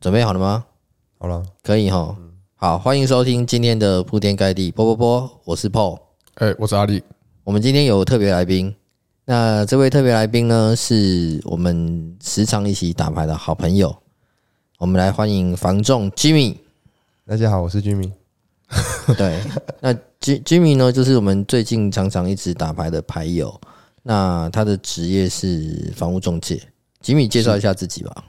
准备好了吗？好了，可以哈。好，欢迎收听今天的铺天盖地波波波，我是 Paul。哎、我是阿力，我们今天有特别来宾，那这位特别来宾呢，是我们时常一起打牌的好朋友。我们来欢迎房仲 Jimmy。大家好，我是居民。对，那 J Jimmy 呢，就是我们最近常常一直打牌的牌友。那他的职业是房屋中介。吉米介绍一下自己吧。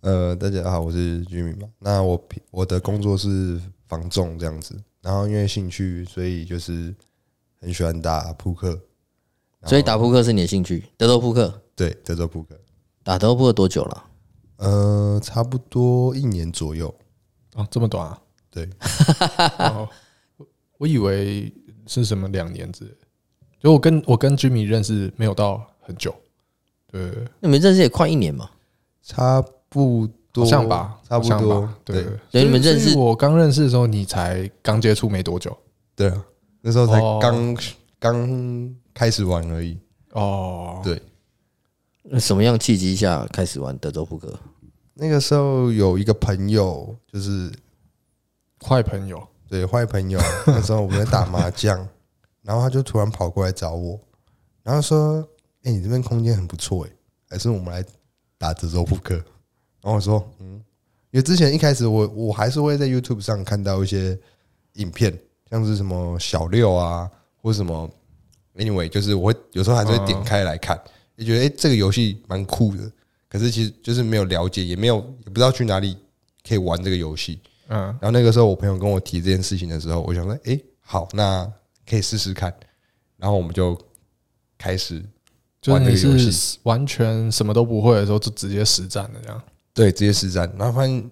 呃，大家好，我是居民嘛。那我平我的工作是房仲这样子，然后因为兴趣，所以就是很喜欢打扑克，所以打扑克是你的兴趣，德州扑克。对，德州扑克。打德州扑克多久了？呃，差不多一年左右。哦，这么短啊？对，哦，我以为是什么两年之类的，就我跟我跟 Jimmy 认识没有到很久，对，你们认识也快一年嘛？差不多，好像吧，差不好像多吧。对，所以你们认识所以我刚认识的时候，你才刚接触没多久对啊，那时候才哦刚刚开始玩而已。哦，对，那什么样契机下开始玩德州扑克？那个时候有一个朋友，就是坏朋友，对，坏朋友。 那时候我们在打麻将，然后他就突然跑过来找我，然后说：“哎、你这边空间很不错，哎，还是我们来打德州扑克。”然后我说：“嗯，因为之前一开始我我还是会在 YouTube 上看到一些影片，像是什么小六啊，或什么 anyway，就是我会有时候还是会点开来看，也觉得哎、诶这个游戏蛮酷的。可是其实就是没有了解，也没有也不知道去哪里可以玩这个游戏。嗯，然后那个时候我朋友跟我提这件事情的时候，我想说，诶，好，那可以试试看。然后我们就开始就是玩这你个游戏是完全什么都不会的时候，就直接实战的这样，对直接实战，然后发现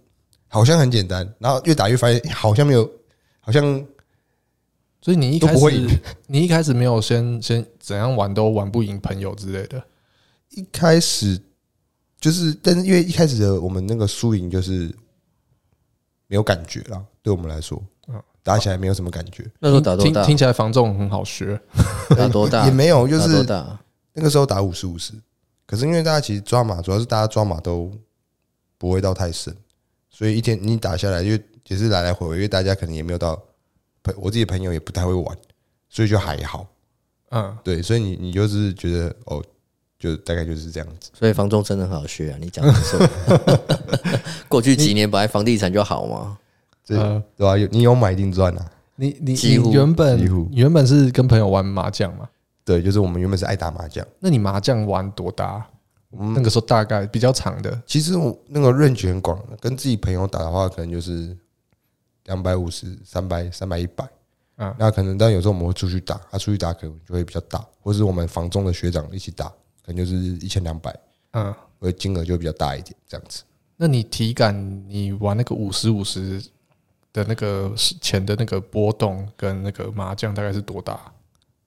好像很简单，然后越打越发现诶好像没有，好像所以你一都开不会始赢你一开始没有先先怎样玩都玩不赢朋友之类的，一开始就是，但是因为一开始的我们那个输赢就是没有感觉啦，对我们来说嗯，打起来没有什么感觉，那时候打多听大听？起来防重很好学，打多大？也没有，就打是多大？那个时候打五十五十，可是因为大家其实抓马，主要是大家抓马都不会到太深，所以一天你打下来就也是来来回回，因为大家可能也没有到朋，我自己的朋友也不太会玩，所以就还好。嗯，对，所以你你就是觉得哦，就大概就是这样子。所以房仲真的很好学啊！你讲的是， 过去几年本来房地产就好嘛，这呃对吧、有你有买一定赚啊。你你几你乎原几本乎你原本是跟朋友玩麻将嘛？对，就是我们原本是爱打麻将，那你麻将玩多大？嗯那个时候大概比较长的其实我那个认 a 很广，跟自己朋友打的话，可能就是两百五十、三百、三百、一百。嗯那可能但有时候我们会出去打，他、出去打可能就会比较大，或是我们房中的学长一起打，可能就是一千两百，嗯，呃，金额就会比较大一点这样子。那你体感你玩那个五十五十的那个钱的那个波动跟那个麻将大概是多大？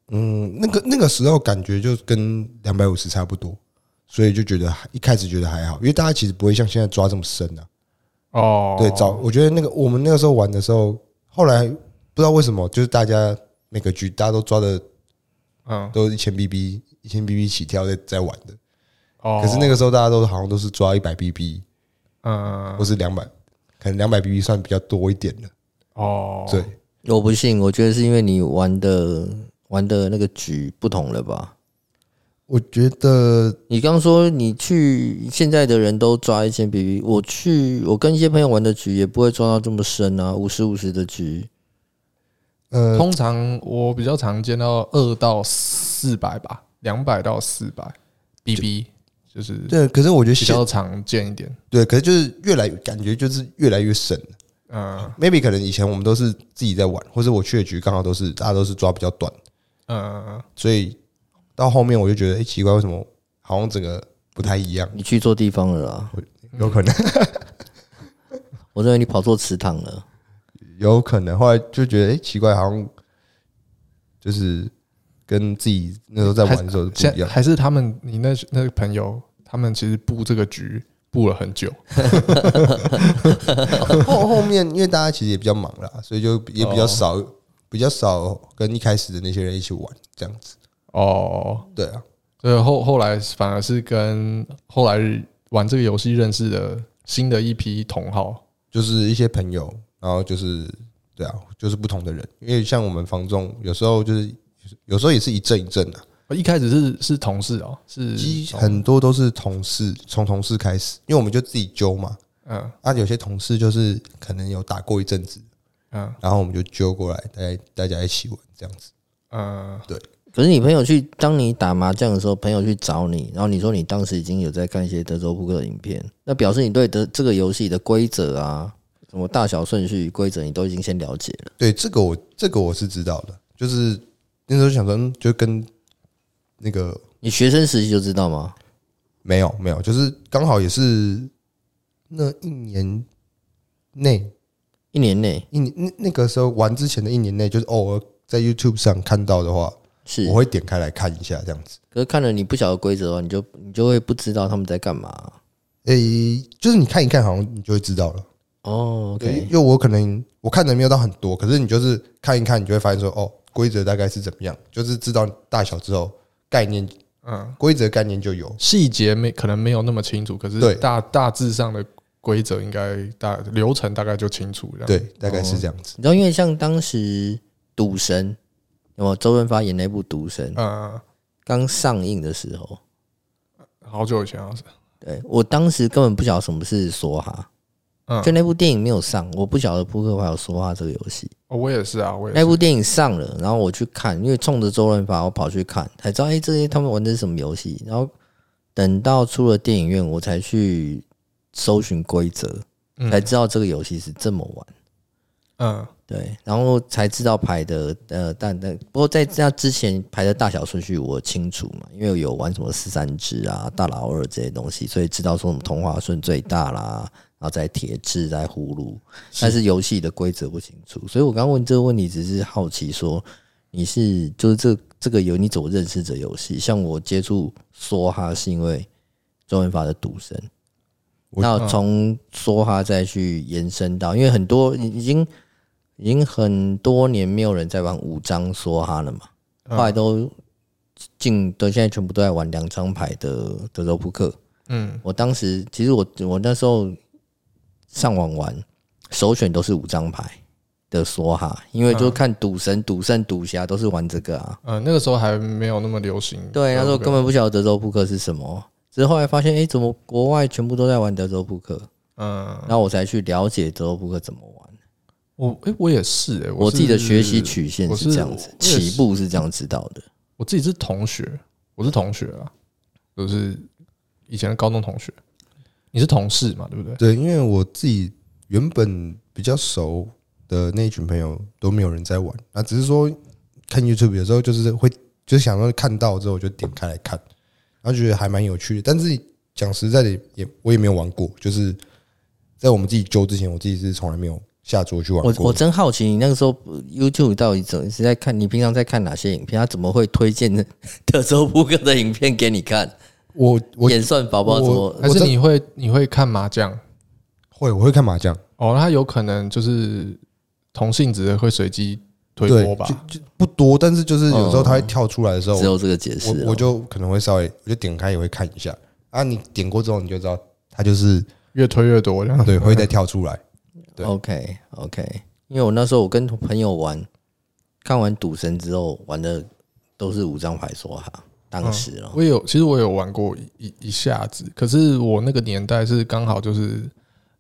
嗯，那个那个时候感觉就跟两百五十差不多，所以就觉得还一开始觉得还好，因为大家其实不会像现在抓这么深啊。哦，对，早我觉得那个我们那个时候玩的时候，后来不知道为什么，就是大家每个局大家都抓的嗯都一千 BB 一千 BB 起跳在在玩的，哦，可是那个时候大家都好像都是抓一百 BB 嗯或是两百，可能两百 BB 算比较多一点的。哦，对，我不信，我觉得是因为你玩的玩的那个局不同了吧？我觉得你刚说你去现在的人都抓一千 BB，我去我跟一些朋友玩的局也不会抓到这么深啊，五十五十的局，呃，通常我比较常见到二到四百吧，两百到四百 BB 就是对，可是我觉得比现较常见一点，对，可是就是越来越感觉就是越来越深了。嗯 maybe 可能以前我们都是自己在玩，或者我去的局刚好都是大家都是抓比较短，嗯。所以到后面我就觉得，哎、奇怪，为什么好像整个不太一样？你去错地方了啦。有可能，我认为你跑错池塘了。有可能。后来就觉得，哎、奇怪，好像就是跟自己那时候在玩的时候是现不一样。还是他们你那那个朋友，他们其实布这个局布了很久，后后面因为大家其实也比较忙啦，所以就也比较少、比较少跟一开始的那些人一起玩这样子。哦，对啊，所以后后来反而是跟后来玩这个游戏认识的新的一批同好，就是一些朋友，然后就是对啊，就是不同的人，因为像我们房中有时候就是有时候也是一阵一阵的、啊，呃一开始是是同事哦，是其实从很多都是同事，从同事开始，因为我们就自己揪嘛，嗯啊，有些同事就是可能有打过一阵子，嗯然后我们就揪过来，大家大家一起玩这样子。嗯，可是你朋友去，当你打麻将的时候，朋友去找你，然后你说你当时已经有在看一些德州扑克的影片，那表示你对德这个游戏的规则啊，什么大小顺序、规则，你都已经先了解了。对，这个我这个我是知道的，就是那时候想说，嗯就跟那个你学生时期就知道吗？没有没有，就是刚好也是那一年内一年内一年那那个时候玩之前的一年内，就是偶尔在 YouTube 上看到的话，是我，会点开来看一下这样子。可是看了你不晓得规则的话，你就你就会不知道他们在干嘛。诶、就是你看一看，好像你就会知道了。哦对， ，OK，因为我可能我看的没有到很多，可是你就是看一看，你就会发现说，哦，规则大概是怎么样，就是知道大小之后，概念，嗯，规则概念就有。细节没可能没有那么清楚，可对是大大致上的规则应该大流程大概就清楚了。对，大概是这样子。你知道，因为像当时《赌神》，那么周润发演那部《赌神》嗯，刚上映的时候，好久以前好像是，对我当时根本不晓得什么是梭哈。嗯就，那部电影没有上，我不晓得扑克牌有说话这个游戏。哦我也是啊，我也那是，部电影上了，然后我去看，因为冲着周润发，我跑去看，才知道哎、诶这些他们玩的是什么游戏。然后等到出了电影院，我才去搜寻规则，嗯才知道这个游戏是这么玩。嗯对，然后才知道牌的呃，但但不过在那之前牌的大小顺序我清楚嘛，因为有玩什么四三只啊、大老二这些东西，所以知道说我们同花顺最大啦，然后再铁质、再葫芦，但是游戏的规则不清楚，所以我刚问这个问题只是好奇说你是就是这这个游你怎么认识这游戏？像我接触梭哈是因为周润发的赌神，我那从梭哈再去延伸到，因为很多已已经已经很多年没有人在玩五张梭哈了嘛，嗯后来都进都现在全部都在玩两张牌的德州扑克。嗯我当时其实我我那时候上网玩，首选都是五张牌的梭哈，因为就看赌神、赌圣、赌侠都是玩这个啊。嗯，那个时候还没有那么流行。对，那时候根本不晓得德州扑克是什么，只是后来发现，诶，怎么国外全部都在玩德州扑克？嗯，然后我才去了解德州扑克怎么玩。我诶、我也是诶、我是自己的学习曲线我是这样子，我也起是步是这样知道的。我自己是同学，我是同学啊，就是以前的高中同学。你是同事嘛，对不对？对，因为我自己原本比较熟的那一群朋友都没有人在玩，那只是说看 YouTube 有时候就是会就是想说看到之后我就点开来看，然后觉得还蛮有趣的。但是讲实在的也，也我也没有玩过，就是在我们自己揪之前，我自己是从来没有下桌去玩我过我的。真好奇，你那个时候呃 YouTube 到底怎么是在看？你平常在看哪些影片？他怎么会推荐 德州扑克的影片给你看？我我演算法不知道怎么我还呃是真你会你会看麻将？会我会看麻将，哦，那他有可能就是同性质会随机推对播，吧？就就不多，但是就是有时候它会跳出来的时候，哦只有这个解释哦、我我就可能会稍微我就点开也会看一下啊。你点过之后你就知道它就是。越推越多这样。对，会再跳出来。对 OK OK，因为我那时候我跟朋友玩，看完赌神之后玩的都是五张牌梭哈，当时哦、嗯我也有，其实我有玩过一一一下子，可是我那个年代是刚好就是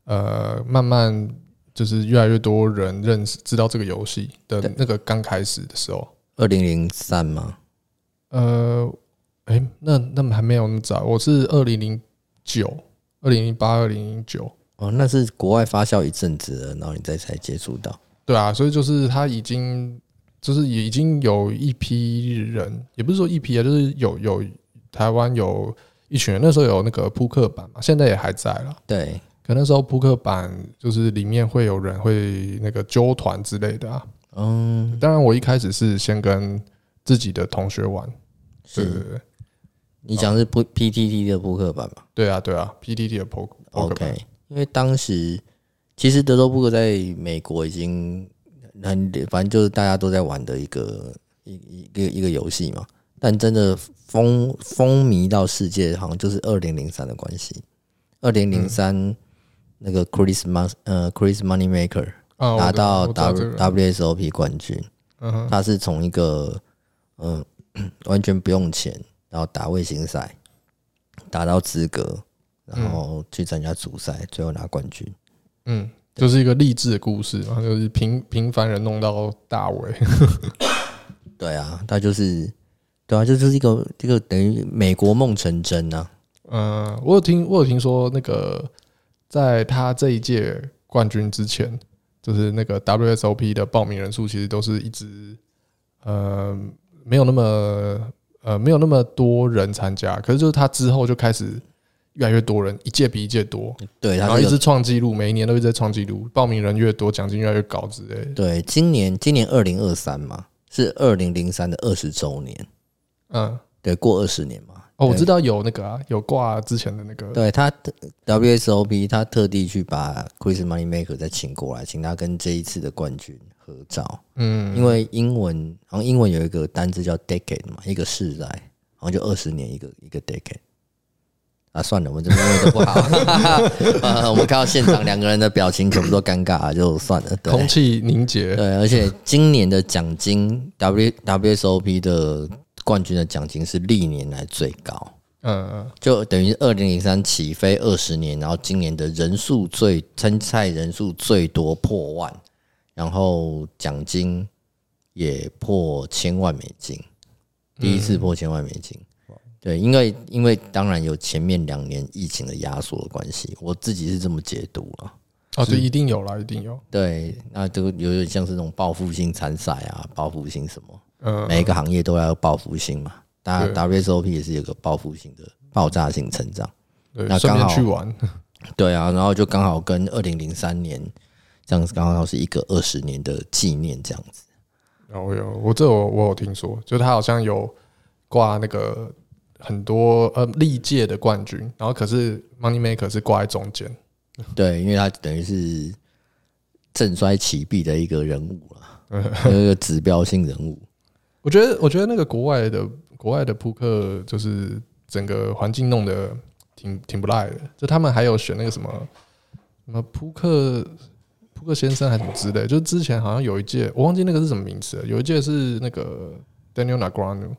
呃，慢慢就是越来越多人认识知道这个游戏的对那个刚开始的时候，二零零三嘛，呃，哎、那那么还没有那么早，我是二零零九、二零零八、二零零九，哦，那是国外发酵一阵子了，然后你再才接触到。对啊，所以就是他已经就是也已经有一批人，也不是说一批啊，就是有有台湾有一群人，那时候有那个扑克版嘛，现在也还在啦。对，可那时候扑克版就是里面会有人会那个纠团之类的啊。嗯，当然，我一开始是先跟自己的同学玩，对对是对，你讲的是不 PTT 的扑克版嘛对啊对啊，PDD 的扑扑克版， ？OK，因为当时其实德州扑克在美国已经很，反正就是大家都在玩的一个一一个一个游戏嘛。但真的风风靡到世界，好像就是二零零三的关系。二零零三那个 Chris Mon 呃 Chris Moneymaker 啊，拿到 W W WSOP 冠军，嗯哼他是从一个嗯 完全不用钱，然后打卫星赛，打到资格，然后去参加主赛，最后拿冠军。嗯，就是一个励志的故事嘛，就是平平凡人弄到大伟， 对啊，他就是对啊，这就是一个这个等于美国梦成真啊。嗯，我有听，我有听说那个在他这一届冠军之前，就是那个 WSOP 的报名人数其实都是一直呃没有那么呃没有那么多人参加，可是就是他之后就开始越来越多人，一届比一届多，对，然他后是一一直个创纪录，每一年都一直在创纪录，报名人越多，奖金越来越高之类的。对今年今年二零二三嘛，是二零零三的二十周年，嗯，对，过二十年嘛。哦，我知道，道有那个啊，有挂之前的那个，对他 WSOP 他特地去把 Chris Moneymaker 再请过来，请他跟这一次的冠军合照。嗯，因为英文好像英文有一个单字叫 decade 嘛，一个世代，好像就二十年一个一个 decade。啊，算了，我们这边英文都不好。 啊，我们看到现场两个人的表情全部都尴尬，就算了。空对气凝结，嗯对，而且今年的奖金 W WSOP 的冠军的奖金是历年来最高，嗯嗯就等于二零零三起飞二十年，然后今年的人数最参赛人数最多破万，然后奖金也破千万美金，第一次破千万美金。对，因为因为当然有前面两年疫情的压缩的关系，我自己是这么解读了、哦，对，一定有啦，一定有，对，那就有点像是那种报复性参赛啊，报复性什么，嗯，每一个行业都要有报复性嘛。那对 WSOP 也是有个报复性的爆炸性成长。嗯对，那顺刚便好去玩， 对啊，然后就刚好跟二零零三年这样子，刚好是一个二十年的纪念这样子。然后有我这我我有听说，就他好像有挂那个很多呃历届的冠军，然后可是 Money Maker 是挂在中间，对，因为他等于是振衰起弊的一个人物 了，有一个指标性人物。我觉得我觉得那个国外的国外的扑克就是整个环境弄得挺挺不赖的，就他们还有选那个什么什么扑克。扑克先生还是什么之类，就之前好像有一届，我忘记那个是什么名字了。有一届是那个 Daniel Negreanu，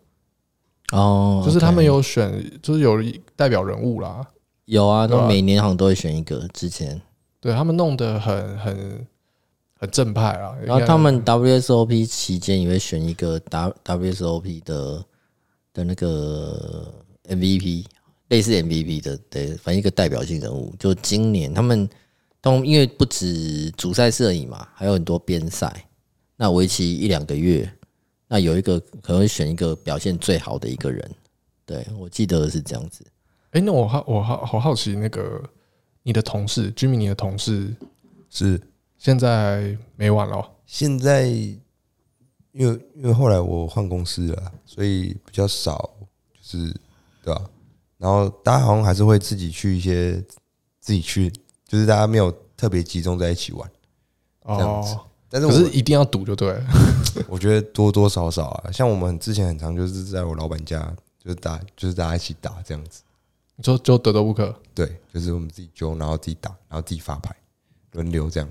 哦，就是他 OK 们有选，就是有一代表人物啦。有啊，对那啊每年好像都会选一个。之前，对他们弄得很很很正派啊。然后应该他们 WSOP 期间也会选一个 W WSOP 的的那个 MVP，类似 MVP 的，对，反正一个代表性人物。就今年他们，都因为不止主赛摄影嘛，还有很多边赛，那为期一两个月，那有一个可能会选一个表现最好的一个人。对我记得是这样子。哎、那我好我好好好奇那个你的同事居民，Jimmy，你的同事是现在没玩了哦、现在，因为因为后来我换公司了，所以比较少，就是对吧、然后大家好像还是会自己去一些，自己去，就是大家没有特别集中在一起玩。这样子哦，但是可我是一定要赌就对了。 我觉得多多少少啊，像我们之前很常就是在我老板家，就是打，就是大家一起打这样子。你说就德州扑克对，就是我们自己揪，然后自己打，然后自己发牌，轮流这样。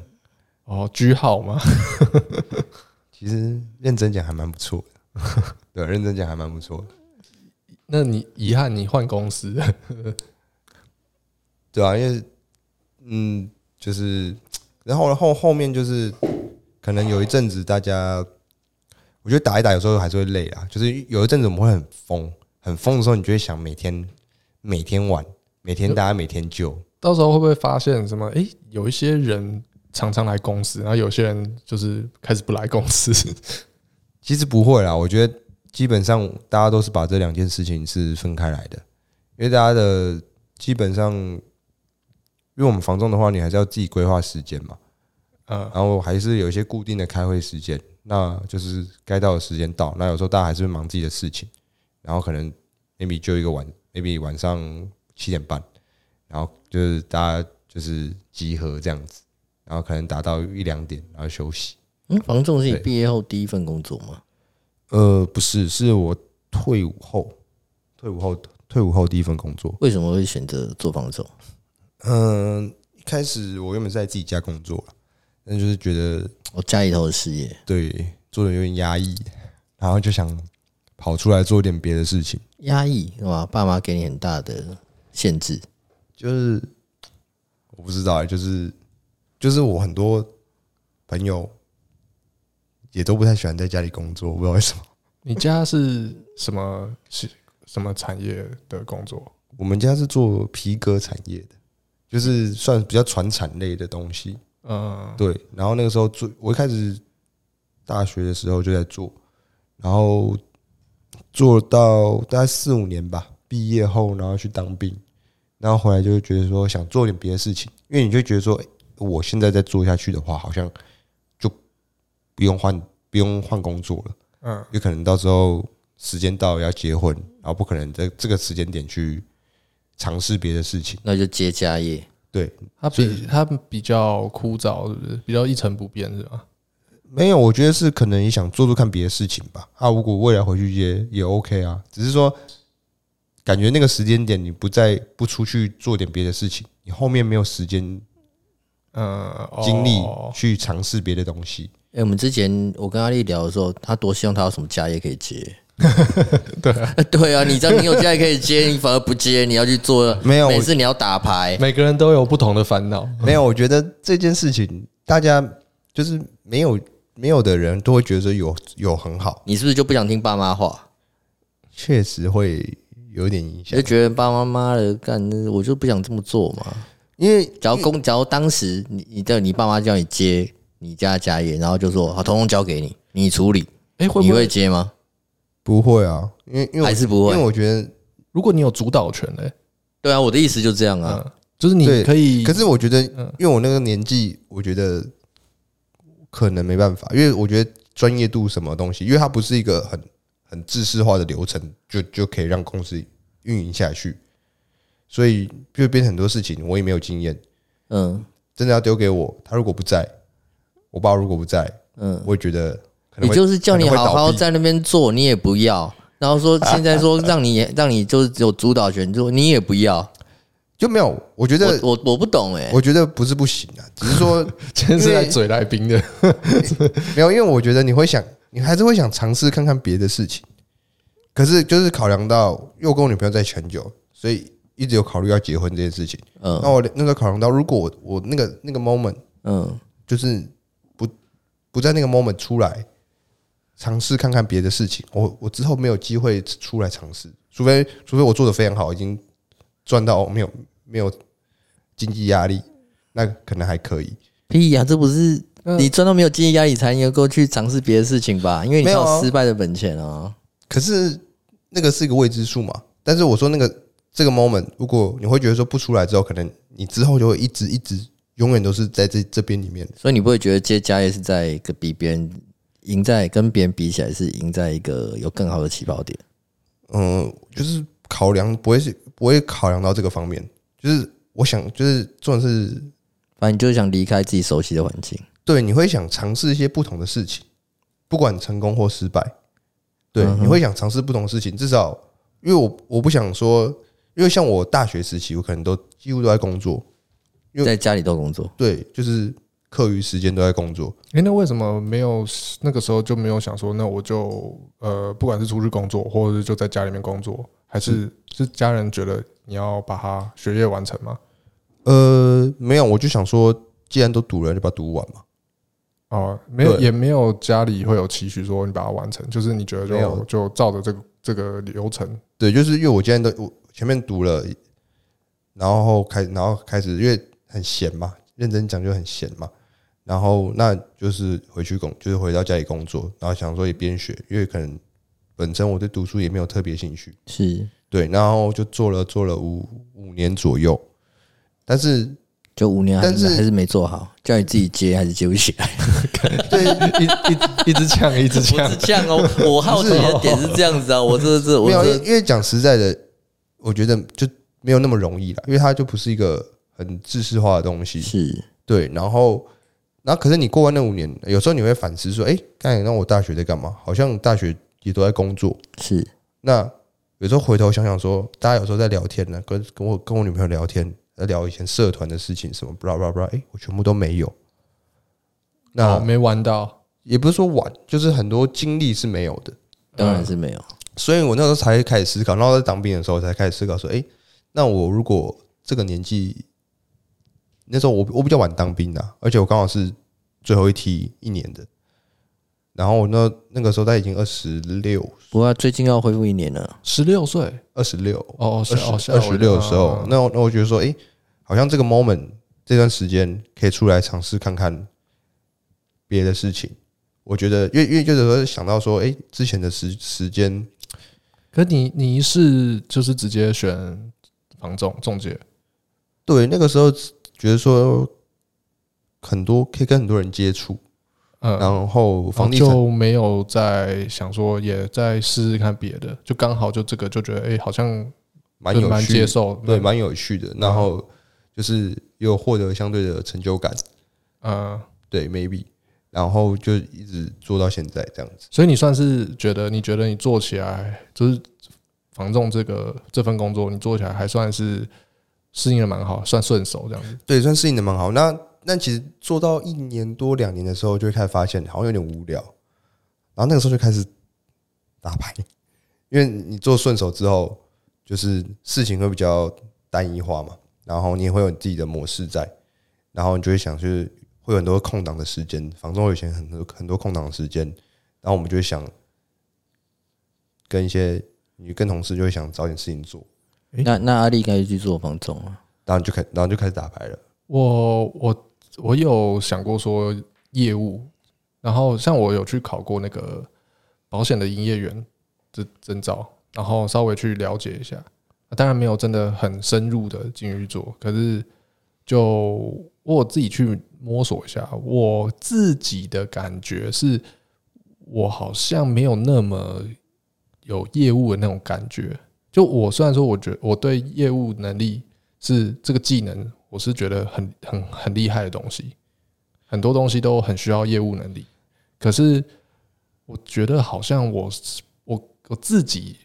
哦，居号吗？其实认真讲还蛮不错的， 对，认真讲还蛮不错的。 那你遗憾你换公司， 对啊，因为嗯，就是然后后后面就是可能有一阵子大家，我觉得打一打有时候还是会累啊，就是有一阵子我们会很疯，很疯的时候，你就会想每天每天玩，每天大家每天救，到时候会不会发现什么？哎、有一些人常常来公司，然后有些人就是开始不来公司。 其实不会啦，我觉得基本上大家都是把这两件事情是分开来的，因为大家的基本上，因为我们房仲的话，你还是要自己规划时间嘛，嗯然后还是有一些固定的开会时间，那就是该到的时间到，那有时候大家还是会忙自己的事情，然后可能 maybe 就一个晚，maybe 晚上七点半，然后就是大家就是集合这样子，然后可能打到一两点，然后休息。嗯，房仲是你对毕业后第一份工作吗？呃，不是，是我退伍后，退伍后，退伍后第一份工作。为什么会选择做房仲？嗯，一一开始我原本是在自己家工作啦但就是觉得我家里头的事业，对做的有点压抑，然后就想跑出来做点别的事情。压抑是吧？爸妈给你很大的限制，就是我不知道、欸，就是就是我很多朋友也都不太喜欢在家里工作，我不知道为什么。你家是什么是什么产业的工作？我们家是做皮革产业的，就是算比较传产类的东西。嗯，对，然后那个时候做，我一开始大学的时候就在做，然后做到大概四五年吧。毕业后，然后去当兵，然后回来就会觉得说想做点别的事情，因为你就觉得说，诶我现在再做下去的话，好像就不用换不用换工作了。嗯，有可能到时候时间到了要结婚，然后不可能在这个时间点去尝试别的事情。那就接家业。对，它比它比较枯燥，是不是？比较一成不变，是吧？没有，我觉得是可能也想做做看别的事情吧。啊，如果未来回去也也 OK 啊，只是说感觉那个时间点你不再不出去做点别的事情，你后面没有时间嗯，哦精力去尝试别的东西。哎、我们之前我跟阿丽聊的时候，她多希望她有什么家业可以 接。对、 对啊，你知道你有家业可以接，你反而不接，你要去做， 没有每我次你要打牌，每个人都有不同的烦恼。没有，我觉得这件事情大家就是没有没有的人都会觉得说有有很好，你是不是就不想听爸妈话？确实会有点影响就。觉得爸妈妈的干，那我就不想这么做嘛。因为假如公，假如当时你你的你爸妈叫你接你家家业，然后就说好，统统交给你，你处理，哎，会你不会会？接吗？不会啊，因为因为我还是不会因为我觉得，如果你有主导权嘞，对啊，我的意思就这样啊。嗯，就是你对可以，可是我觉得，嗯因为我那个年纪，我觉得可能没办法，因为我觉得专业度什么东西，因为它不是一个很很制式化的流程，就就可以让公司运营下去，所以就变成很多事情我也没有经验，嗯真的要丢给我，他如果不在，我爸如果不在，嗯，我也觉得可能也会就是叫你可能好会倒好闭在那边做，你也不要。然后说现在说让你 让你就是有主导权，就你也不要。就没有，我觉我得。我我不懂哎、我觉得不是不行啊，只是说今天是来嘴来宾的，没有，因为我觉得你会想，你还是会想尝试看看别的事情。可是就是考量到，因为我跟我女朋友在一起很久，所以一直有考虑要结婚这件事情。那嗯我那时候考量到，如果我我那个那个 moment 嗯，就是不不在那个 moment 出来尝试看看别的事情，我我之后没有机会出来尝试，除非除非我做的非常好，已经赚到没有没有经济压力，那可能还可以。屁呀、这不是嗯你赚到没有经济压力才能够去尝试别的事情吧？因为你才没有有啊失败的本钱啊。可是那个是一个未知数嘛。但是我说那个这个 moment，如果你会觉得说不出来之后，可能你之后就会一直一直永远都是在这这边里面。所以你不会觉得接家业是在一个比别人赢在跟别人比起来是赢在一个有更好的起跑点？嗯，就是考量不会是不会考量到这个方面，就是我想就是重点是反正你就是想离开自己熟悉的环境。对你会想尝试一些不同的事情，不管成功或失败，对嗯哼你会想尝试不同的事情。至少因为我我不想说，因为像我大学时期，我可能都几乎都在工作，因为在家里都工作，对，就是课余时间都在工作。哎、那为什么没有那个时候就没有想说，那我就呃，不管是出去工作，或者是就在家里面工作，还是是家人觉得你要把它学业完成吗？呃，没有，我就想说，既然都读了，就把它读完嘛。哦、没有，对也没有家里会有期许说你把它完成，就是你觉得没就有就照着这个这个流程，对，就是因为我今天都我前面读了，然后开然后开始，因为很闲嘛，认真讲就很闲嘛。然后那就是回去工，就是回到家里工作，然后想说也边学，因为可能本身我对读书也没有特别兴趣，是对，然后就做了做了五五年左右，但是就五年还但是还是没做好，叫你自己接还是接不起来？对一一一直呛，一直我呛是，这样哦，我好奇的点是这样子啊，我这这我没有，因这为因为讲实在的，我觉得就没有那么容易了，因为它就不是一个很知识化的东西。是对，然后，然后可是你过完那五年，有时候你会反思说，哎、刚才那我大学在干嘛？好像大学也都在工作。是那有时候回头想想说，大家有时候在聊天呢，跟跟我跟我女朋友聊天，聊以前社团的事情什么，blah blah blah，哎，我全部都没有。 那、哦没玩到，也不是说晚，就是很多经历是没有的。当然是没有。所以我那时候才开始思考，然后在当兵的时候才开始思考说，哎、那我如果这个年纪，那时候我我比较晚当兵的、啊而且我刚好是最后一梯一年的，然后我那那个时候他已经二十六，不过最近要恢复一年了，十六岁二十六，哦，哦是哦，二是十二十六的时嗯候嗯，嗯那我那我觉得说，哎、好像这个 moment 这段时间可以出来尝试看看别的事情。我觉得，因为因为就是说想到说，哎、之前的时时间可你你是就是直接选房仲中介，对，那个时候觉得说很多可以跟很多人接触，嗯，然后房地产哦就没有在想说也在试试看别的，就刚好就这个就觉得哎、诶好像蛮就有蛮趣接的，受，嗯对，蛮蛮有趣的。然后就是也有获得相对的成就感，呃，对，maybe，然后就一直做到现在这样子。所以你算是觉得你觉得你做起来就是房仲这个这份工作，你做起来还算是适应的蛮好，算顺手这样子。对，算适应的蛮好。那那其实做到一年多两年的时候，就会开始发现好像有点无聊，然后那个时候就开始打牌，因为你做顺手之后，就是事情会比较单一化嘛，然后你也会有你自己的模式在，然后你就会想就是会有很多空档的时间，房中有以前很多很多空档的时间，然后我们就会想跟一些你跟同事就会想找点事情做，诶那那阿丽应该就去做房总了。然后你就开然后就开始打牌了。我我我有想过说业务，然后像我有去考过那个保险的营业员的证照，然后稍微去了解一下，啊当然没有真的很深入的进去做，可是就我自己去摸索一下，我自己的感觉是，我好像没有那么有业务的那种感觉。就我虽然说，我觉得我对业务能力是这个技能，我是觉得很很很厉害的东西，很多东西都很需要业务能力。可是我觉得好像我是我我自己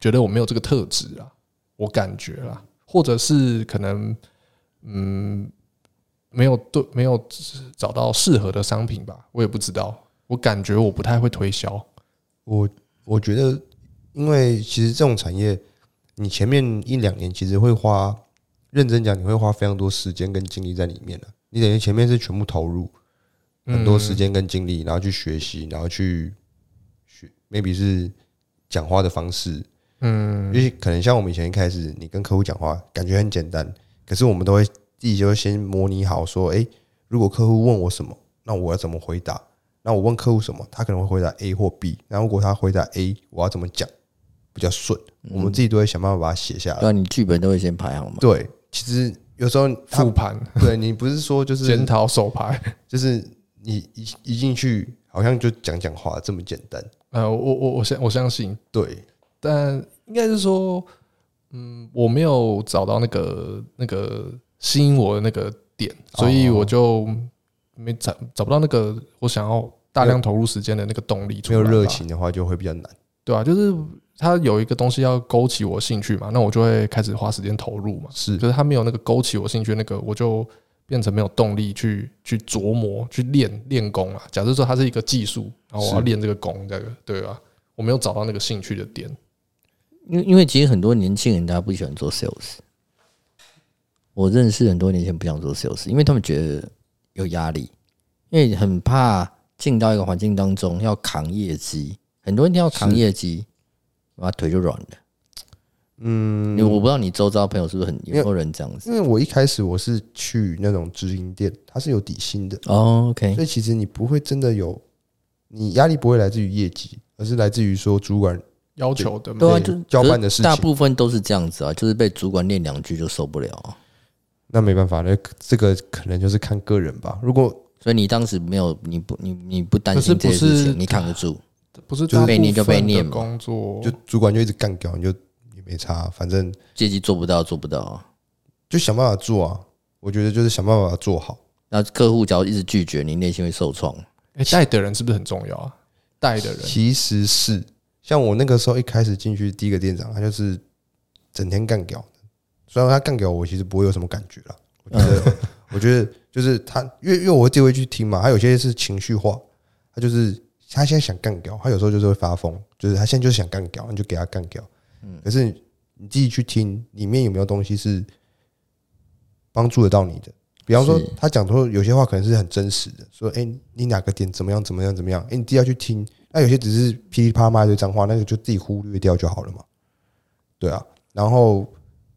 觉得我没有这个特质啊，我感觉啦，或者是可能嗯没有对没有找到适合的商品吧，我也不知道。我感觉我不太会推销，我我觉得，因为其实这种产业，你前面一两年其实会花，认真讲，你会花非常多时间跟精力在里面的、你等于前面是全部投入很多时嗯间跟精力，然后去学习，然后去学，maybe 是讲话的方式，嗯，因为可能像我们以前一开始，你跟客户讲话感觉很简单，可是我们都会自己就会先模拟好说，诶，如果客户问我什么，那我要怎么回答？那我问客户什么，他可能会回答 A 或 B，那如果他回答 A，我要怎么讲比较顺？嗯我们自己都会想办法把它写下嗯来。对啊，你剧本都会先排好嘛？对，其实有时候他复盘、对你不是说就 检是讨、手牌，就是你一一进去好像就讲讲话这么简单，呃，我我我相我相信，对，但应该是说，嗯，我没有找到那个那个吸引我的那个点，所以我就没找找不到那个我想要大量投入时间的那个动力出没有来吧热，情的话就会比较难。对啊，就是它有一个东西要勾起我兴趣嘛，那我就会开始花时间投入嘛。是可是它没有那个勾起我兴趣的那个，我就变成没有动力去去琢磨、去练练功啊。假设说它是一个技术，然后我要是练这个功，这个对吧、我没有找到那个兴趣的点。因为因为其实很多年轻人他不喜欢做 sales，我认识很多年轻人不想做 sales，因为他们觉得有压力，因为很怕进到一个环境当中要扛业绩，很多人要扛是业绩，妈腿就软了。嗯，我不知道你周遭朋友是不是很有没有人这样子？因为我一开始我是去那种直营店，它是有底薪嗯的，哦，OK，所以其实你不会真的有，你压力不会来自于业绩，而是来自于说主管要求的嘛对啊，对就交办的事情大部分都是这样子啊，就是被主管念两句就受不了啊、那没办法，那这个可能就是看个人吧。如果所以你当时没有，你不，你你不担可是心不这些事是情，你扛得住。不是就是大部被念就被分的念嘛工作就主管就一直干掉，你就也没差，反正业绩做不到，做不到啊。就想办法做啊。我觉得就是想办法做好，那客户只要一直拒绝，你内心会受创。哎，带的人是不是很重要啊？带的人，其实是像我那个时候一开始进去第一个店长，他就是整天干掉，虽然他干掉我，我其实不会有什么感觉啦。我觉得，我觉得就是他，因为因为我自己会去听嘛，他有些是情绪化，他就是他现在想干掉，他有时候就是会发疯，就是他现在就是想干掉，你就给他干掉。可是你自己去听里面有没有东西是帮助得到你的？比方说是他讲说有些话可能是很真实的，说哎、诶你哪个点怎么样怎么样怎么样，哎、你自己要去听。那有些只是噼里啪啦骂一堆脏话，那个就自己忽略掉就好了嘛。对啊，然后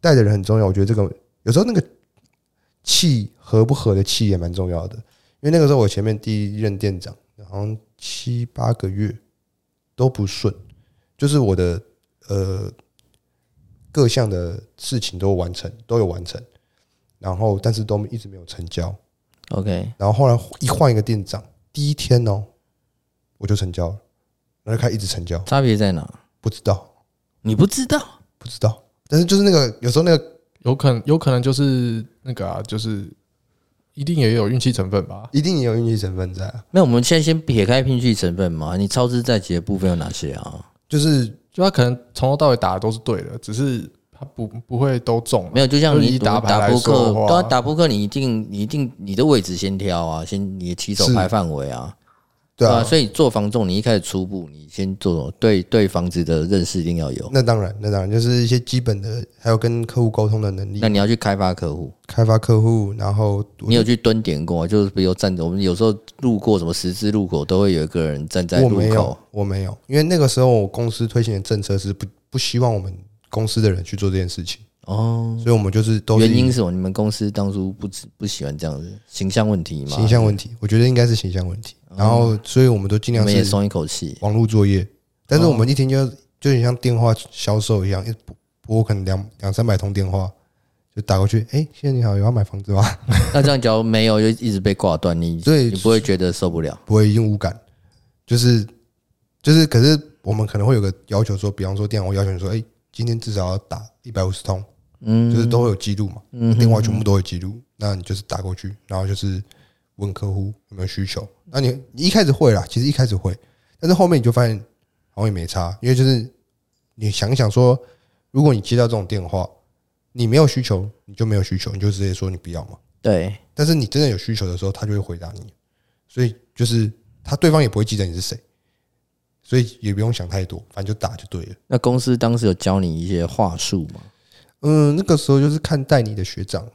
带的人很重要，我觉得这个有时候那个气合不合的气也蛮重要的。因为那个时候我前面第一任店长好像七八个月都不顺，就是我的呃各项的事情都完成，都有完成，然后但是都一直没有成交。 OK，然后后来一换一个店长，第一天哦我就成交了，然后就开始一直成交，差别在哪？不知道你不知道，不知道，但是就是那个有时候那个有可能有可能就是那个啊，就是一定也有运气成分吧。一定也有运气成分在、啊，那我们现在先撇开运气成分嘛，你超支在即的部分有哪些啊？就是就他可能从头到尾打的都是对的，只是他不不会都中啊。没有，就像就你以打牌打来扑说克的，话当然打扑克你一定你一定你的位置先挑啊，先你的起手是牌范围啊，对啊，所以做防重，你一开始初步你先做对对房子的认识一定要有，那当然那当然就是一些基本的，还有跟客户沟通的能力那，你要去开发客户。开发客户，然后我你有去蹲点过吗？就是比如站着，我们有时候路过什么十字路口，都会有一个人站在我路没有口。，我没有，因为那个时候我公司推行的政策是不不希望我们公司的人去做这件事情，哦，所以我们就是都是原因是什么？你们公司当初不不喜欢这样子，形象问题嘛？形象问题，我觉得应该是形象问题。然后，所以我们都尽哦你量们也是松一口气。网络作业，但是我哦们一天就就很像电话销售一样，一拨拨可能两两三百通电话，就打过去，哎，先生你好，有要买房子吗？那这样假如没有，就一直被挂断，你对你不会觉得受不了？不会用无感，就是就是，可是我们可能会有个要求说，比方说电话会要求你说，哎、今天至少要打一百五十通，嗯，就是都会有记录嘛，电话全部都有记录，那你就是打过去，然后就是问客户有没有需求。那你你一开始会啦，其实一开始会，但是后面你就发现好像也没差，因为就是你想一想说，如果你接到这种电话，你没有需求，你就没有需求，你就直接说你不要嘛。对，但是你真的有需求的时候，他就会回答你，所以就是他对方也不会记得你是谁，所以也不用想太多，反正就打就对了。那公司当时有教你一些话术吗？嗯，那个时候就是看带你的学长，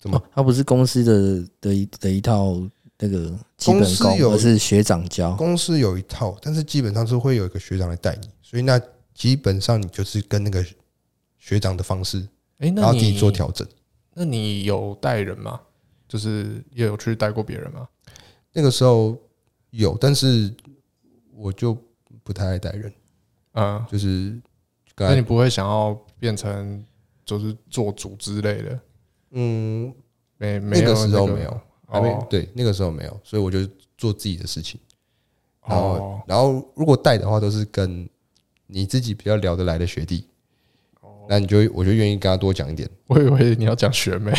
怎么哦，他不是公司的的一的一套那个基本公司功，有而是学长教。公司有一套，但是基本上是会有一个学长来带你，所以那基本上你就是跟那个学长的方式，哎，然那后你自己做调整。那你有带人吗？就是也有去带过别人吗？那个时候有，但是我就不太爱带人，嗯，就是刚那你才不会想要变成就是做主之类的？嗯，没没那有、个那时候没有，还没哦对，那个时候没有，所以我就做自己的事情。然后哦，然后如果带的话，都是跟你自己比较聊得来的学弟，那你就我就愿意跟他多讲一点。我以为你要讲学妹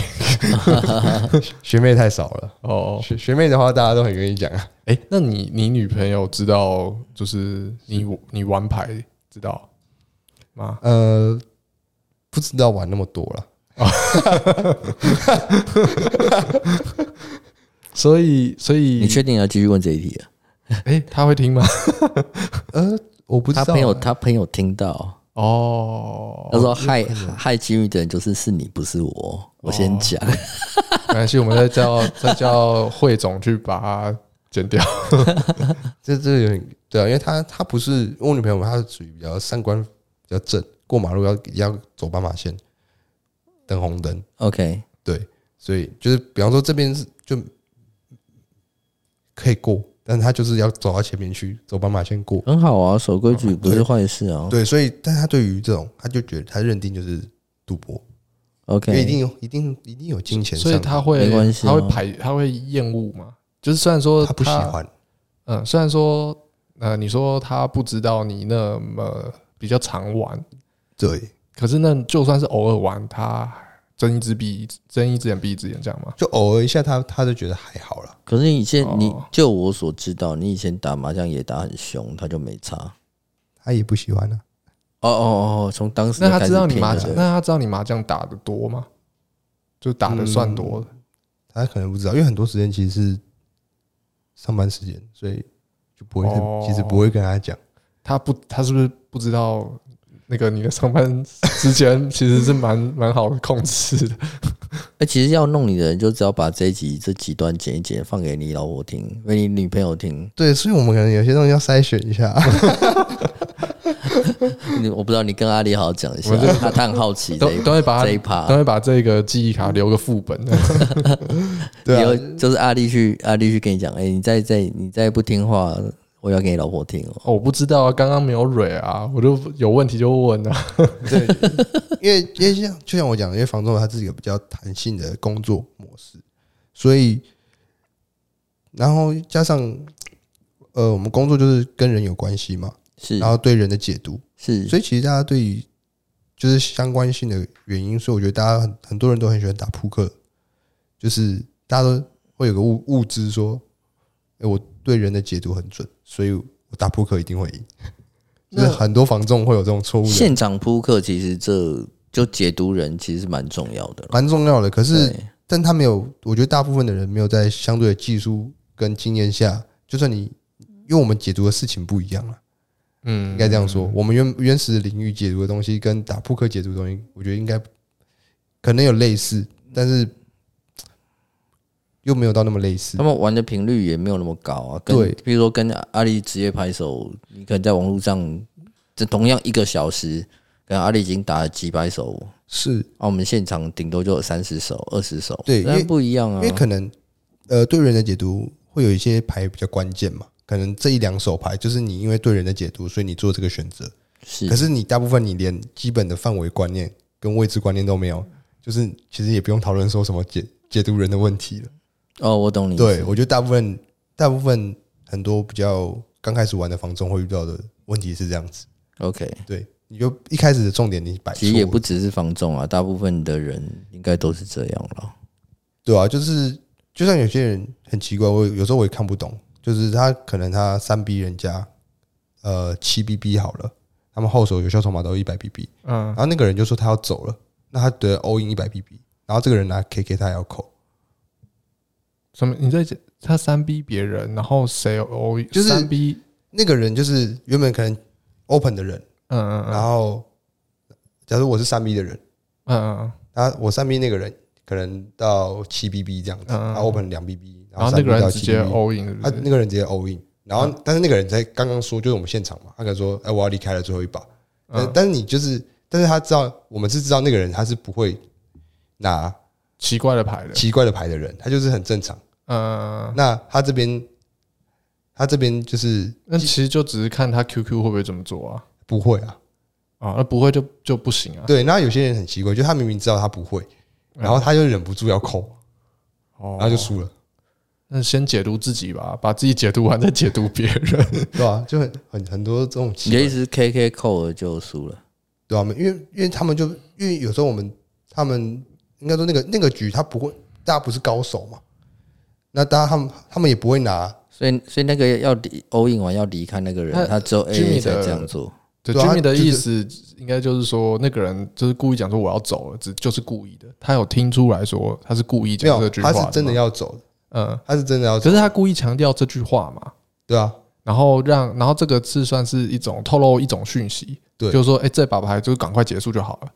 学妹太少了，哦。学学妹的话大家都很愿意讲啊。哎、那你你女朋友知道就是你你玩牌知道吗？ 呃，不知道玩那么多了。所以所以你确定要继续问这一题啊？哎、她会听吗？呃，我不知道、他朋友他朋友听到。 哦，他说害害金鱼的人就是是你，不是我。我先讲，没关系，我们再叫再叫汇总去把它剪掉。这这有点对啊，因为他他不是我女朋友，她是属于比较三观比较正，过马路要要走斑马线，等红灯， OK，对，所以就是比方说这边是就可以过，但是他就是要走到前面去，走斑马线过。很好啊，守规哦矩不是坏事哦啊。对，所以，但他对于这种，他就觉得他认定就是赌博，因为一 OK，定有，一定，一定有金钱上所的，以他会没关系啊他会排他会厌恶嘛？就是虽然说他不喜欢，嗯，虽然说，呃，你说他不知道你那么比较常玩，对，可是那就算是偶尔玩，他睁一只闭一只睁一只眼闭一只眼这样嘛。就偶尔一下他，他就觉得还好啦。可是你以前哦你就我所知道，你以前打麻将也打很凶，他就没差。他也不喜欢啊。哦哦哦，从当时那他就开始知道你拼麻了将，那他知道你麻将打的多吗？就打的算多的，他可能不知道，因为很多时间其实是上班时间，所以就不会跟，哦其实不会跟他讲。他不，他是不是不知道那个你的上班时间 其实是蛮蛮好的控制的？哎、其实要弄你的人，就只要把这一集这几段剪一剪，放给你老婆听，给你女朋友听。对，所以我们可能有些东西要筛选一下。你我不知道你跟阿丽好好讲一下我，他他很好奇都这一都会把这一它趴都，会把这个记忆卡留个副本，对以后啊，就是阿丽去阿丽去跟你讲，哎、你再再你再不听话，我要给你老婆听哦。 哦，我不知道啊，刚刚没有蕊啊，我就有问题就问啊。 对，因为因为像就像我讲的，因为房东他自己有比较弹性的工作模式，所以然后加上呃，我们工作就是跟人有关系嘛，是然后对人的解读，是所以其实大家对于就是相关性的原因，所以我觉得大家很很多人都很喜欢打扑克，就是大家都会有个误误知说，哎、我对人的解读很准，所以我打扑克一定会赢。就是那很多房仲会有这种错误的，现场扑克，其实这就解读人其实是蛮重要的了。蛮重要的。可是，对但他没有，我觉得大部分的人没有在相对的技术跟经验下，就算你，因为我们解读的事情不一样了。啊嗯，应该这样说，我们原原始的领域解读的东西跟打扑克解读的东西，我觉得应该可能有类似，但是又没有到那么类似他。们玩的频率也没有那么高啊。跟嗯对比如说跟阿丽职业拍手，你可能在网络上，这同样一个小时，跟阿丽已经打了几百首，是啊，我们现场顶多就有三十首、二十首，对因为但不一样因啊为。可能呃对人的解读会有一些牌比较关键嘛，可能这一两手牌就是你因为对人的解读，所以你做这个选择。可是是你大部分你连基本的范围观念跟位置观念都没有，就是其实也不用讨论说什么解解读人的问题了。哦，我懂你。对，我觉得大部分大部分很多比较刚开始玩的房中会遇到的问题是这样子。 ，OK，对，你就一开始的重点你摆错其实也了不只是房仲啊，大部分的人应该都是这样了。对啊，就是就像有些人很奇怪，我有时候我也看不懂，就是他可能他三 B 人家呃七 BB 好了，他们后手有效筹码都一百 BB，嗯然，后那个人就说他要走了，那他得 all in 一百 BB，然后这个人拿 KK 他也要扣，什么？你在讲他三逼别人，然后谁哦？就是三逼，那个人就是原本可能 open 的人，嗯嗯嗯然后假如我是三 B 的人。嗯嗯，他我三 B 那个人可能到七 BB 这样子，嗯嗯嗯他 open 两 BB，然后三那 BB 个人到直七接 BB， all in，是不嗯他是那个人直接 all in，然后但是那个人在刚刚说就是我们现场嘛，他可能说哎、我要离开了最后一把，但、嗯但是你就是但是他知道我们是知道那个人他是不会拿奇怪的牌的，奇怪的牌的人，他就是很正常。嗯，那他这边他这边就是那其实就只是看他 QQ 会不会这么做啊？不会啊，啊，那不会就就不行啊？对，那有些人很奇怪，就他明明知道他不会，然后他就忍不住要扣，哦然后就输了，那先解读自己吧，把自己解读完再解读 别人。对吧、就很很很多这种奇你怪的的意思是 KK 扣了就输了？对啊，因为因为他们就因为有时候我们他们应该说那个那个局他不会，大家不是高手嘛，那大家他们他们也不会拿，所以，所以那个要离 all in 完要离开那个那人，他只有 Jimmy AA 才的这样做。对对啊，Jimmy 的就是意思应该就是说，那个人就是故意讲说我要走了，只就是故意的。他有听出来说他是故意没讲这有，句他话，是真的吗，要走的，嗯，他是真的要可走，是他故意强调这句话嘛，对啊，然后让，然后这个字算是一种透露一种讯息，对就是说，哎、这把牌就是赶快结束就好了。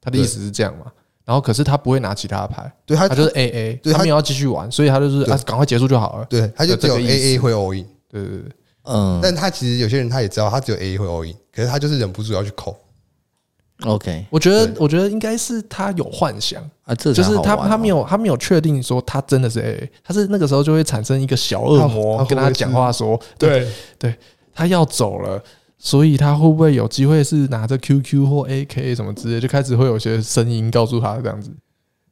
他的意思是这样嘛？然后可是他不会拿其他的牌，对他他就是 A A，对他他没有要继续玩，所以他就是对啊，赶快结束就好了。对他就只有 A 有这个意 A 思会 all in，对对对，嗯但他其实有些人他也知道他只有 A A 会 all in，可是他就是忍不住要去扣， ，OK 我觉得我觉得应该是他有幻想，啊，这就是他他他没有他没有确定说他真的是 A，他是那个时候就会产生一个小恶他他会不魔会跟他讲话说，对他要走了，所以他会不会有机会是拿着 QQ 或 AK 什么之类，就开始会有一些声音告诉他这样子。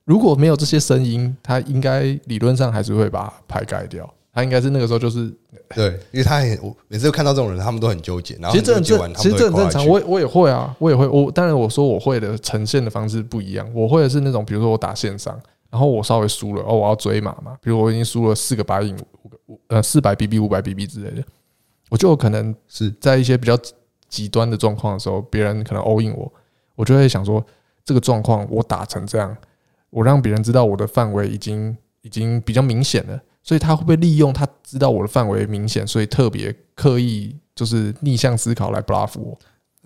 如果没有这些声音，他应该理论上还是会把牌盖掉。他应该是那个时候就是，对，因为他也我每次都看到这种人，他们都很纠结，然后其实这很纠结正，完他其们实都这会扣很下正常。去，我也我也会啊，我也会。我当然我说我会的呈现的方式不一样，我会的是那种，比如说我打线上，然后我稍微输了，哦，我要追马嘛，比如我已经输了四个白影，五个五呃四百 BB、五百 BB 之类的，我就有可能是在一些比较极端的状况的时候，别人可能 all in 我，我就会想说，这个状况我打成这样，我让别人知道我的范围已经已经比较明显了，所以他会不会利用他知道我的范围明显，所以特别刻意就是逆向思考来 bluff 我？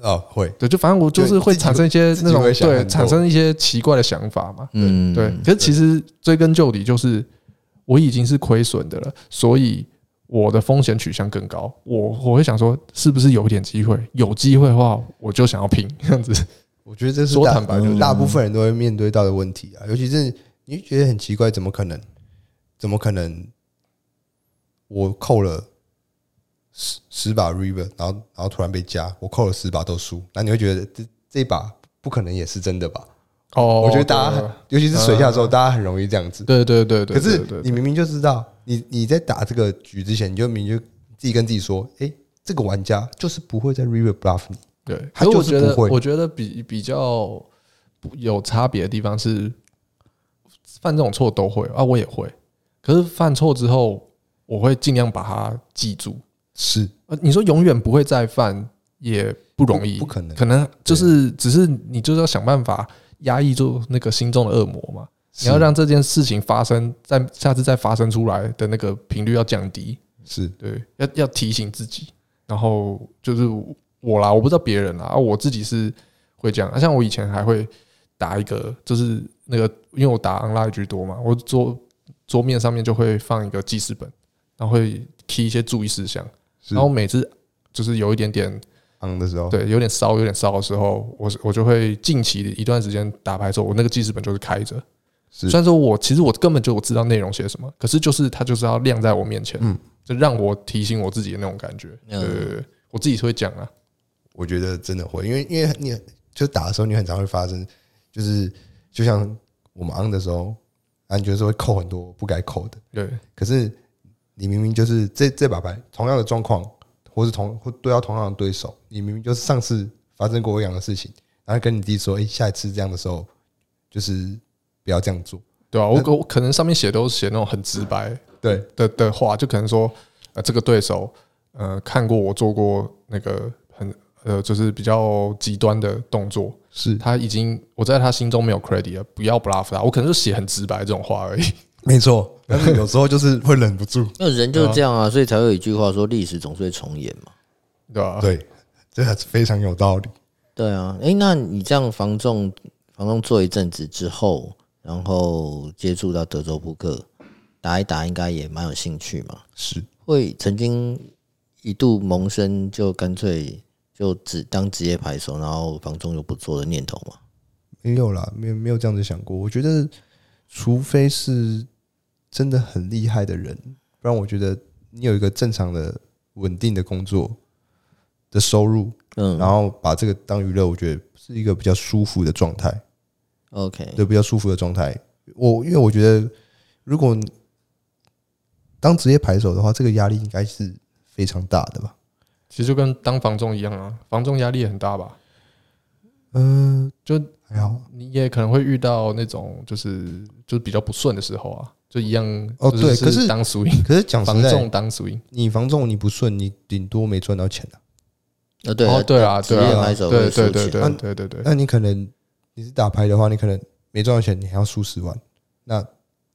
哦，会，对，就反正我就是会产生一些自己那种会想对很多产生一些奇怪的想法嘛。嗯，对，可是其实追根究底就是我已经是亏损的了，所以我的风险取向更高。我我会想说，是不是有一点机会？有机会的话，我就想要拼这样子。我觉得这是说大坦白就是大部分人都会面对到的问题啊，尤其是你会觉得很奇怪，怎么可能？怎么可能？我扣了十十把 river，然后然后突然被加，我扣了十把都输，那你会觉得这这一把不可能也是真的吧？哦嗯我觉得大家，尤其是水下的时候，大家很容易这样子。对对对对，可对是对你对明明就知道，你你在打这个局之前，你就明明就自己跟自己说，哎，这个玩家就是不会在 river bluff 你。对，他可是就我是觉得不会我觉得比比较有差别的地方是，犯这种错都会啊，我也会。可是犯错之后，我会尽量把它记住。是，呃，你说永远不会再犯也不容易，不不可能可能就是只是你就是要想办法压抑住那个心中的恶魔嘛。你要是让这件事情发生，在下次再发生出来的那个频率要降低，是对，要要提醒自己。然后就是我啦，我不知道别人啦，啊，我自己是会这样。啊像我以前还会打一个，就是那个，因为我打 online 居多嘛，我桌桌面上面就会放一个记事本，然后会 key 一些注意事项。是然后每次就是有一点点昂的时候，对，有点烧，有点烧的时候，我是我就会近期一段时间打牌的时候，我那个记事本就是开着。是虽然说我其实我根本就我知道内容写什么，可是就是它就是要亮在我面前，嗯就让我提醒我自己的那种感觉。嗯对对对，我自己是会讲啊，我觉得真的会，因为因为你就打的时候，你很常会发生，就是就像我们 on 的时候，啊，你就是会扣很多不该扣的，对可是你明明就是这这把牌同样的状况，或是同或对到同样的对手，你明明就是上次发生过一样的事情，然后跟你弟说，哎、下一次这样的时候，就是不要这样做，对啊，我可我可能上面写都是写那种很直白对，的的话，就可能说呃这个对手呃看过我做过那个很呃就是比较极端的动作，是他已经我在他心中没有 credit 了，不要 bluff 他，我可能就写很直白这种话而已。没错，但是有时候就是会忍不 住，那人就是这样啊，所以才会有一句话说历史总是会重演嘛。对吧、对，这还是非常有道理。对啊，诶，那你这样防重防重做一阵子之后，然后接触到德州扑克，打一打应该也蛮有兴趣嘛。是，会曾经一度萌生就干脆就只当职业牌手，然后防重又不做的念头嘛。没有啦，没有没有这样子想过。我觉得，除非是真的很厉害的人，不然我觉得你有一个正常的、稳定的工作的收入，然嗯后把这个当娱乐，我觉得是一个比较舒服的状态， ，OK，对，比较舒服的状态。我因为我觉得，如果你当职业牌手的话，这个压力应该是非常大的吧？其实就跟当房仲一样啊，房仲压力也很大吧？嗯、就还好。你也可能会遇到那种就是就是比较不顺的时候啊，就一样哦就是对可是当 swing 可是讲房实在仲，当 swing 你房仲你不顺，你顶多没赚到钱啊。呃，对哦对啊职对业啊牌手对会对输对钱，啊对对对对，那你可能你是打牌的话，你可能没赚到钱，你还要输十万，那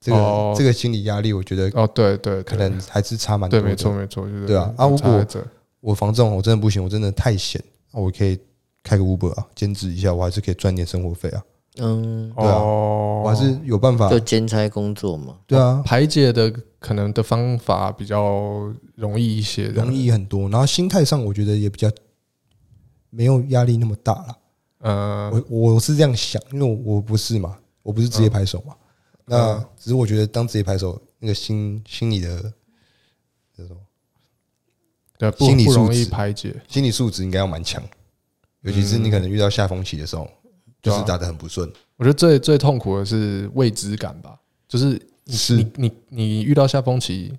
这个、哦这个心理压力，我觉得哦对对，对可能还是差蛮多对的。没错，没错，就是对啊啊有差我在这我防这种我真的不行，我真的太闲，那我可以开个 Uber 啊，兼职一下，我还是可以赚点生活费啊，嗯，对啊哦，我还是有办法就。兼差工作嘛。对啊，排解的可能的方法比较容易一些，这样容易很多。然后心态上，我觉得也比较没有压力那么大了。呃我我是这样想，因为我我不是嘛，我不是职业拍手嘛。那嗯只是我觉得当职业拍手，那个心心理的这种对不心理不素容易质排解，心理素质应该要蛮强，尤其是你可能遇到下风期的时候，就是打得很不顺。我觉得最最痛苦的是未知感吧，就是你是你你你遇到下风期，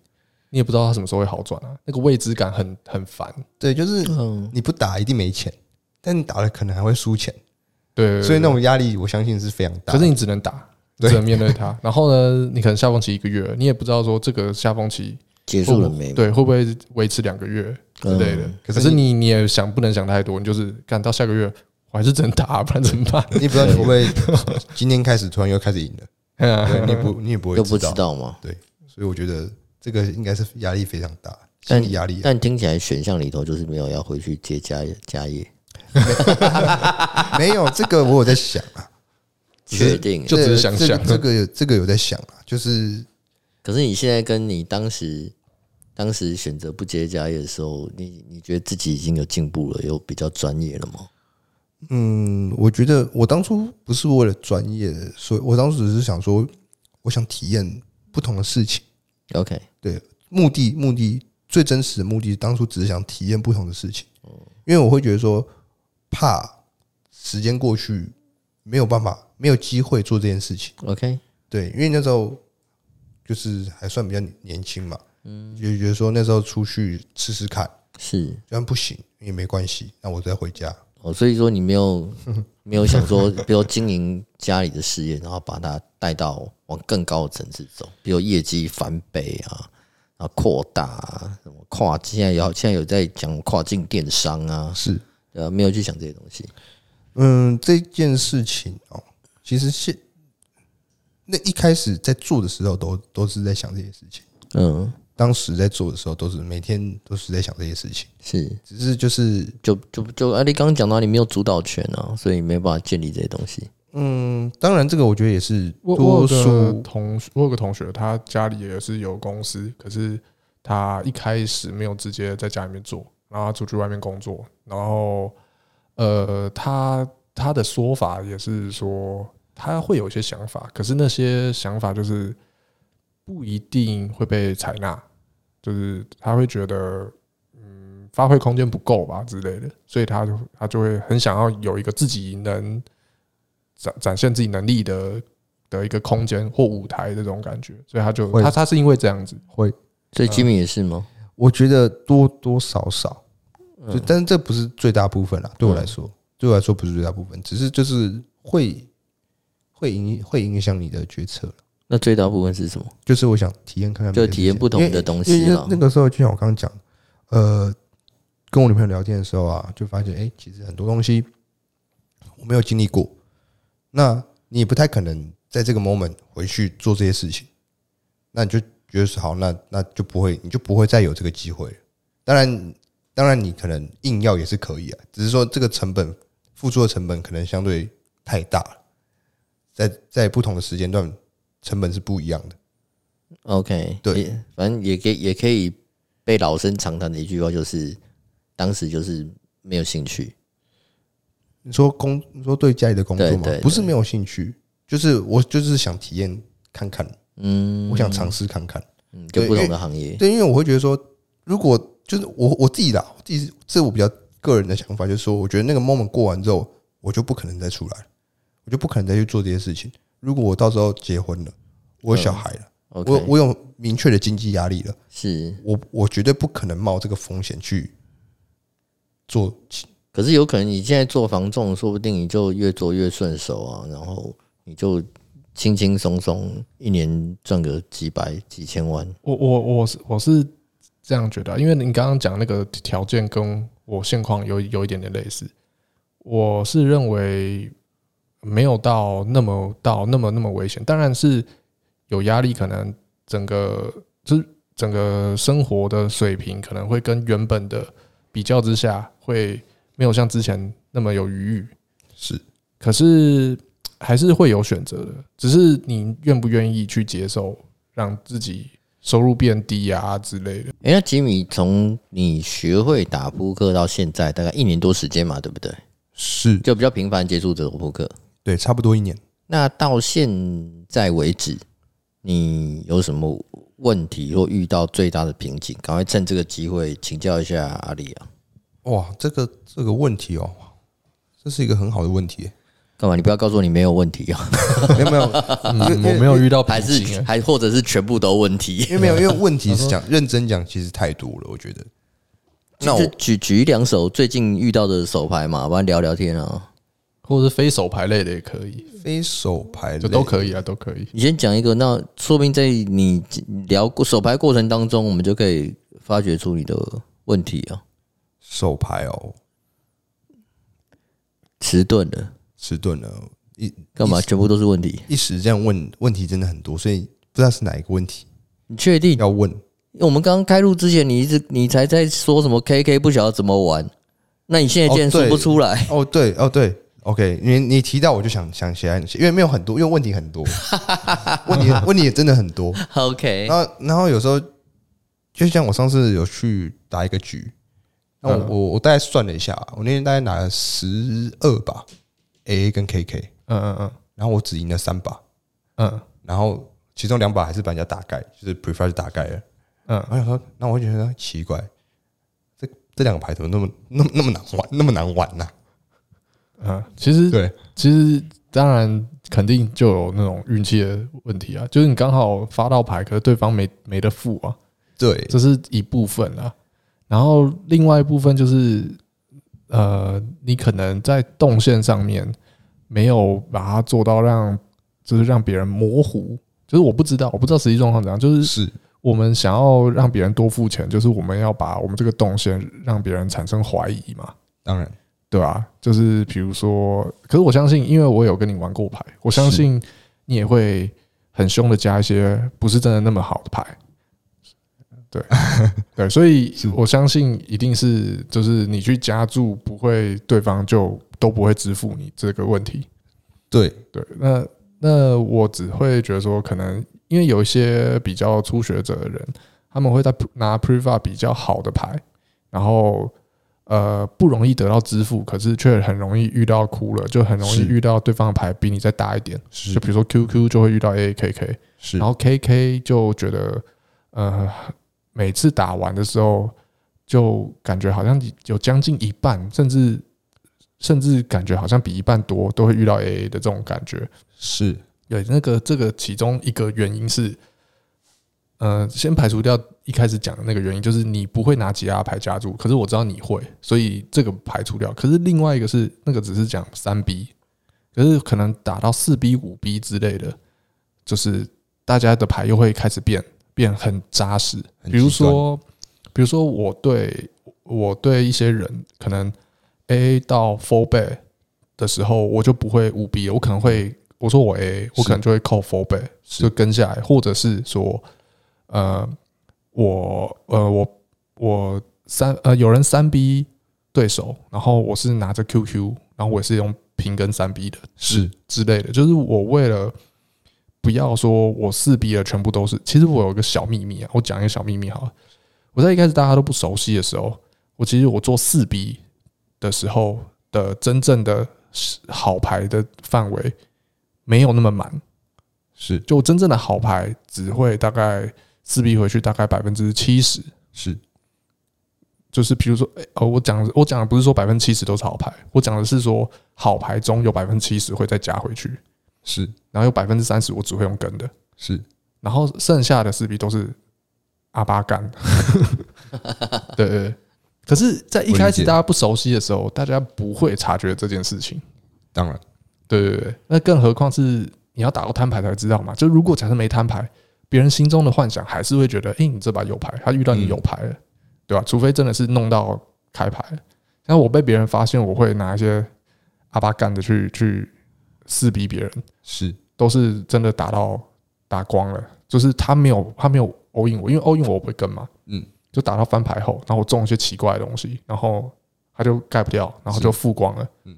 你也不知道它什么时候会好转啊，那个未知感很很烦。对，就是嗯，你不打一定没钱，但你打了可能还会输钱，对对，对所以那种压力我相信是非常大可。是你只能打，对只能面对它。然后呢，你可能下风期一个月，你也不知道说这个下风期结会束不了没？嗯对，会不会维持两个月，之类的。嗯可可是是你你也想不能想太多，你就是干到下个月我还是只能打，不然怎么办？ 你不知道你会不会今天开始突然又开始赢了，对啊对你也不你也不会又不知知道，道嘛。所以我觉得这个应该是压力非常大，心但理压力但听起来选项里头就是没有要回去接家业家业， 没有这个我有在想啊，确定欸。就只是想这个想这个有这个有在想啊，就是可是你现在跟你当时当时选择不接家业的时候，你你觉得自己已经有进步了，有比较专业了吗？嗯，我觉得我当初不是为了专业，所以我当时只是想说，我想体验不同的事情。 OK，目的目的最真实的目的，当初只是想体验不同的事情，因为我会觉得说，怕时间过去没有办法，没有机会做这件事情。 OK，对，因为那时候就是还算比较年轻嘛，嗯，就觉得说那时候出去试试看，是就算不行也没关系，那我再回家。哦，所以说你没有没有想说，比如经营家里的事业，然后把它带到往更高的层次走，比如业绩翻倍啊，然后扩大啊，什么跨现在有现在有在讲跨境电商啊，是，呃，没有去想这些东西。嗯，这件事情哦，其实现那一开始在做的时候都都是在想这些事情，嗯，当时在做的时候都是每天都是在想这些事情，是，只是就是就就就，啊，你刚刚讲到你没有主导权啊，所以没办法建立这些东西。嗯，当然这个我觉得也是我我多有个数同学我有个同学，他家里也是有公司，可是他一开始没有直接在家里面做，然后他出去外面工作，然后呃，他他的说法也是说他会有一些想法，可是那些想法就是不一定会被采纳，就是他会觉得嗯发挥空间不够吧之类的，所以他就他就会很想要有一个自己能。展展现自己能力的的一个空间或舞台这种感觉，所以他就会他他是因为这样子，会，所啊以 Jimmy 也是吗？嗯我觉得多多少少，嗯就但是这不是最大部分啦，对我来说，对我来说不是最大部分，只是就是会会影会影响你的决策啦那最大部分是什么？就是我想体验看看别就的事情，体验不同的东因西为了那。个时候就像我刚刚讲，呃，跟我女朋友聊天的时候啊，就发现哎、诶其实很多东西我没有经历过，那你也不太可能在这个 moment 回去做这些事情，那你就觉得说好，那那就不会，你就不会再有这个机会了。当然，当然你可能硬要也是可以啊，只是说这个成本付出的成本可能相对太大了，在在不同的时间段成本是不一样的。 OK，对也，反正也可以也可以被老生常谈的一句话就是，当时就是没有兴趣。你说工，你说对家里的工作对吗对？不是没有兴趣，就是我就是想体验看看，嗯，我想尝试看看。嗯，就对不同因的行业。对，因为我会觉得说，如果就是我我自己啦，我自己这我比较个人的想法，就是说，我觉得那个 moment 过完之后，我就不可能再出来了，我就不可能再去做这些事情。如果我到时候结婚了，我有小孩了，我嗯 OK，我有明确的经济压力了，是，我我绝对不可能冒这个风险去做可是有可能你现在做房仲，说不定你就越做越顺手啊，然后你就轻轻松松一年赚个几百几千万。我我我是我是这样觉得啊，因为你刚刚讲那个条件跟我现况有有一点点类似，我是认为没有到那么到那么那么危险，当然是有压力，可能整个就是整个生活的水平可能会跟原本的比较之下会没有像之前那么有余裕，是可是还是会有选择的，只是你愿不愿意去接受，让自己收入变低啊之类的。哎、那吉米，从你学会打扑克到现在，大概一年多时间嘛，对不对？是，就比较频繁接触这种扑克。对，差不多一年。那到现在为止，你有什么问题或遇到最大的瓶颈？赶快趁这个机会请教一下阿里啊！哇，这个这个问题哦，这是一个很好的问题。 干嘛？你不要告诉我你没有问题啊，没有没有，因为嗯有遇到还是还或者是全部都问题？因为没有，因为问题是 讲认真讲，其实太多了，我觉得。那就我举举一两手最近遇到的手牌嘛，不然聊聊天啊。或者是非手牌类的也可以，非手牌就都以。可以啊，都可以。你先讲一个，那说不定在你聊过手牌过程当中，我们就可以发掘出你的问题啊。手牌哦，迟钝了，迟钝了，一干嘛？全部都是问题。一时这样问问题真的很多，所以不知道是哪一个问题你确定？要问。我们刚刚开录之前，你一直你才在说什么 KK 不晓得怎么玩，那你现在竟然哦说对不出来，哦，对，哦对，OK，你你提到我就想想起来那些，因为没有很多，因为问题 很多，问题问题也真的很多。 OK，然后然后有时候就像我上次有去打一个局，那我嗯我我大概算了一下，我那天大概拿了十二把 AA 跟 KK，嗯嗯嗯然后我只赢了三把，嗯然后其中两把还是把人家打盖，就是 prefer 就打盖了。嗯，我想说，那我就觉得奇怪，这这两个牌怎么那么那么那么难玩，那么难玩呐、嗯，其实对，其实当然肯定就有那种运气的问题啊，就是你刚好发到牌，可是对方没没得付啊，对，这是一部分啊。然后另外一部分就是，呃，你可能在动线上面没有把它做到让，就是让别人模糊，就是我不知道，我不知道实际状况怎样，就是是我们想要让别人多付钱，就是我们要把我们这个动线让别人产生怀疑嘛。当然对啊，就是比如说，可是我相信，因为我有跟你玩过牌，我相信你也会很凶的加一些不是真的那么好的牌。对对，所以我相信一定是就是你去加注，不会对方就都不会支付你这个问题。对，对，那那我只会觉得说，可能因为有一些比较初学者的人，他们会在 pr- 拿 Priva 比较好的牌，然后呃不容易得到支付，可是却很容易遇到哭了，就很容易是遇到对方的牌比你再大一点，就是比如说 QQ 就会遇到 AKK，是，然后 KK 就觉得呃每次打完的时候，就感觉好像有将近一半，甚至甚至感觉好像比一半多都会遇到 AA 的这种感觉。是对，那个这个其中一个原因是，呃，先排除掉一开始讲的那个原因，就是你不会拿吉拉牌加注，可是我知道你会，所以这个排除掉。可是另外一个是那个只是讲三 B，可是可能打到四 B、五 B 之类的，就是大家的牌又会开始变变很扎实，很比如极端说，比如说我对我对一些人可能 A 到 four bet 的时候，我就不会五 B，我可能会我说我 A，我可能就会扣 four bet 是就跟下来，或者是说，呃，我呃我我三呃有人三 B 对手，然后我是拿着 QQ，然后我也是用平跟三 B 的是之类的，就是我为了。不要说我四 B 的全部都是，其实我有一个小秘密啊，我讲一个小秘密好了。我在一开始大家都不熟悉的时候，我其实我做四 B 的时候的真正的好牌的范围没有那么满，是就我真正的好牌只会大概四 B 回去大概百分之七十，是就是比如说，诶哦，我讲我讲的不是说百分之七十都是好牌，我讲的是说好牌中有百分之七十会再加回去，是然后有百分之三十我只会用跟的，是然后剩下的四 B 都是阿巴干， 对对对。可是，在一开我理始解大家不熟悉的时候，大家不会察觉这件事情。当然对对对，那更何况是你要打到摊牌才知道嘛。就如果假设没摊牌，别人心中的幻想还是会觉得，哎、你这把有牌，他遇到你有牌嗯了，对吧、除非真的是弄到开牌了。像我被别人发现，我会拿一些阿巴干的去去撕逼别人，是都是真的打到打光了，就是他没有他没有 all in 我，因为 all in 我不会跟嘛，嗯，就打到翻牌后，然后我中一些奇怪的东西，然后他就盖不掉，然后就负光了，嗯，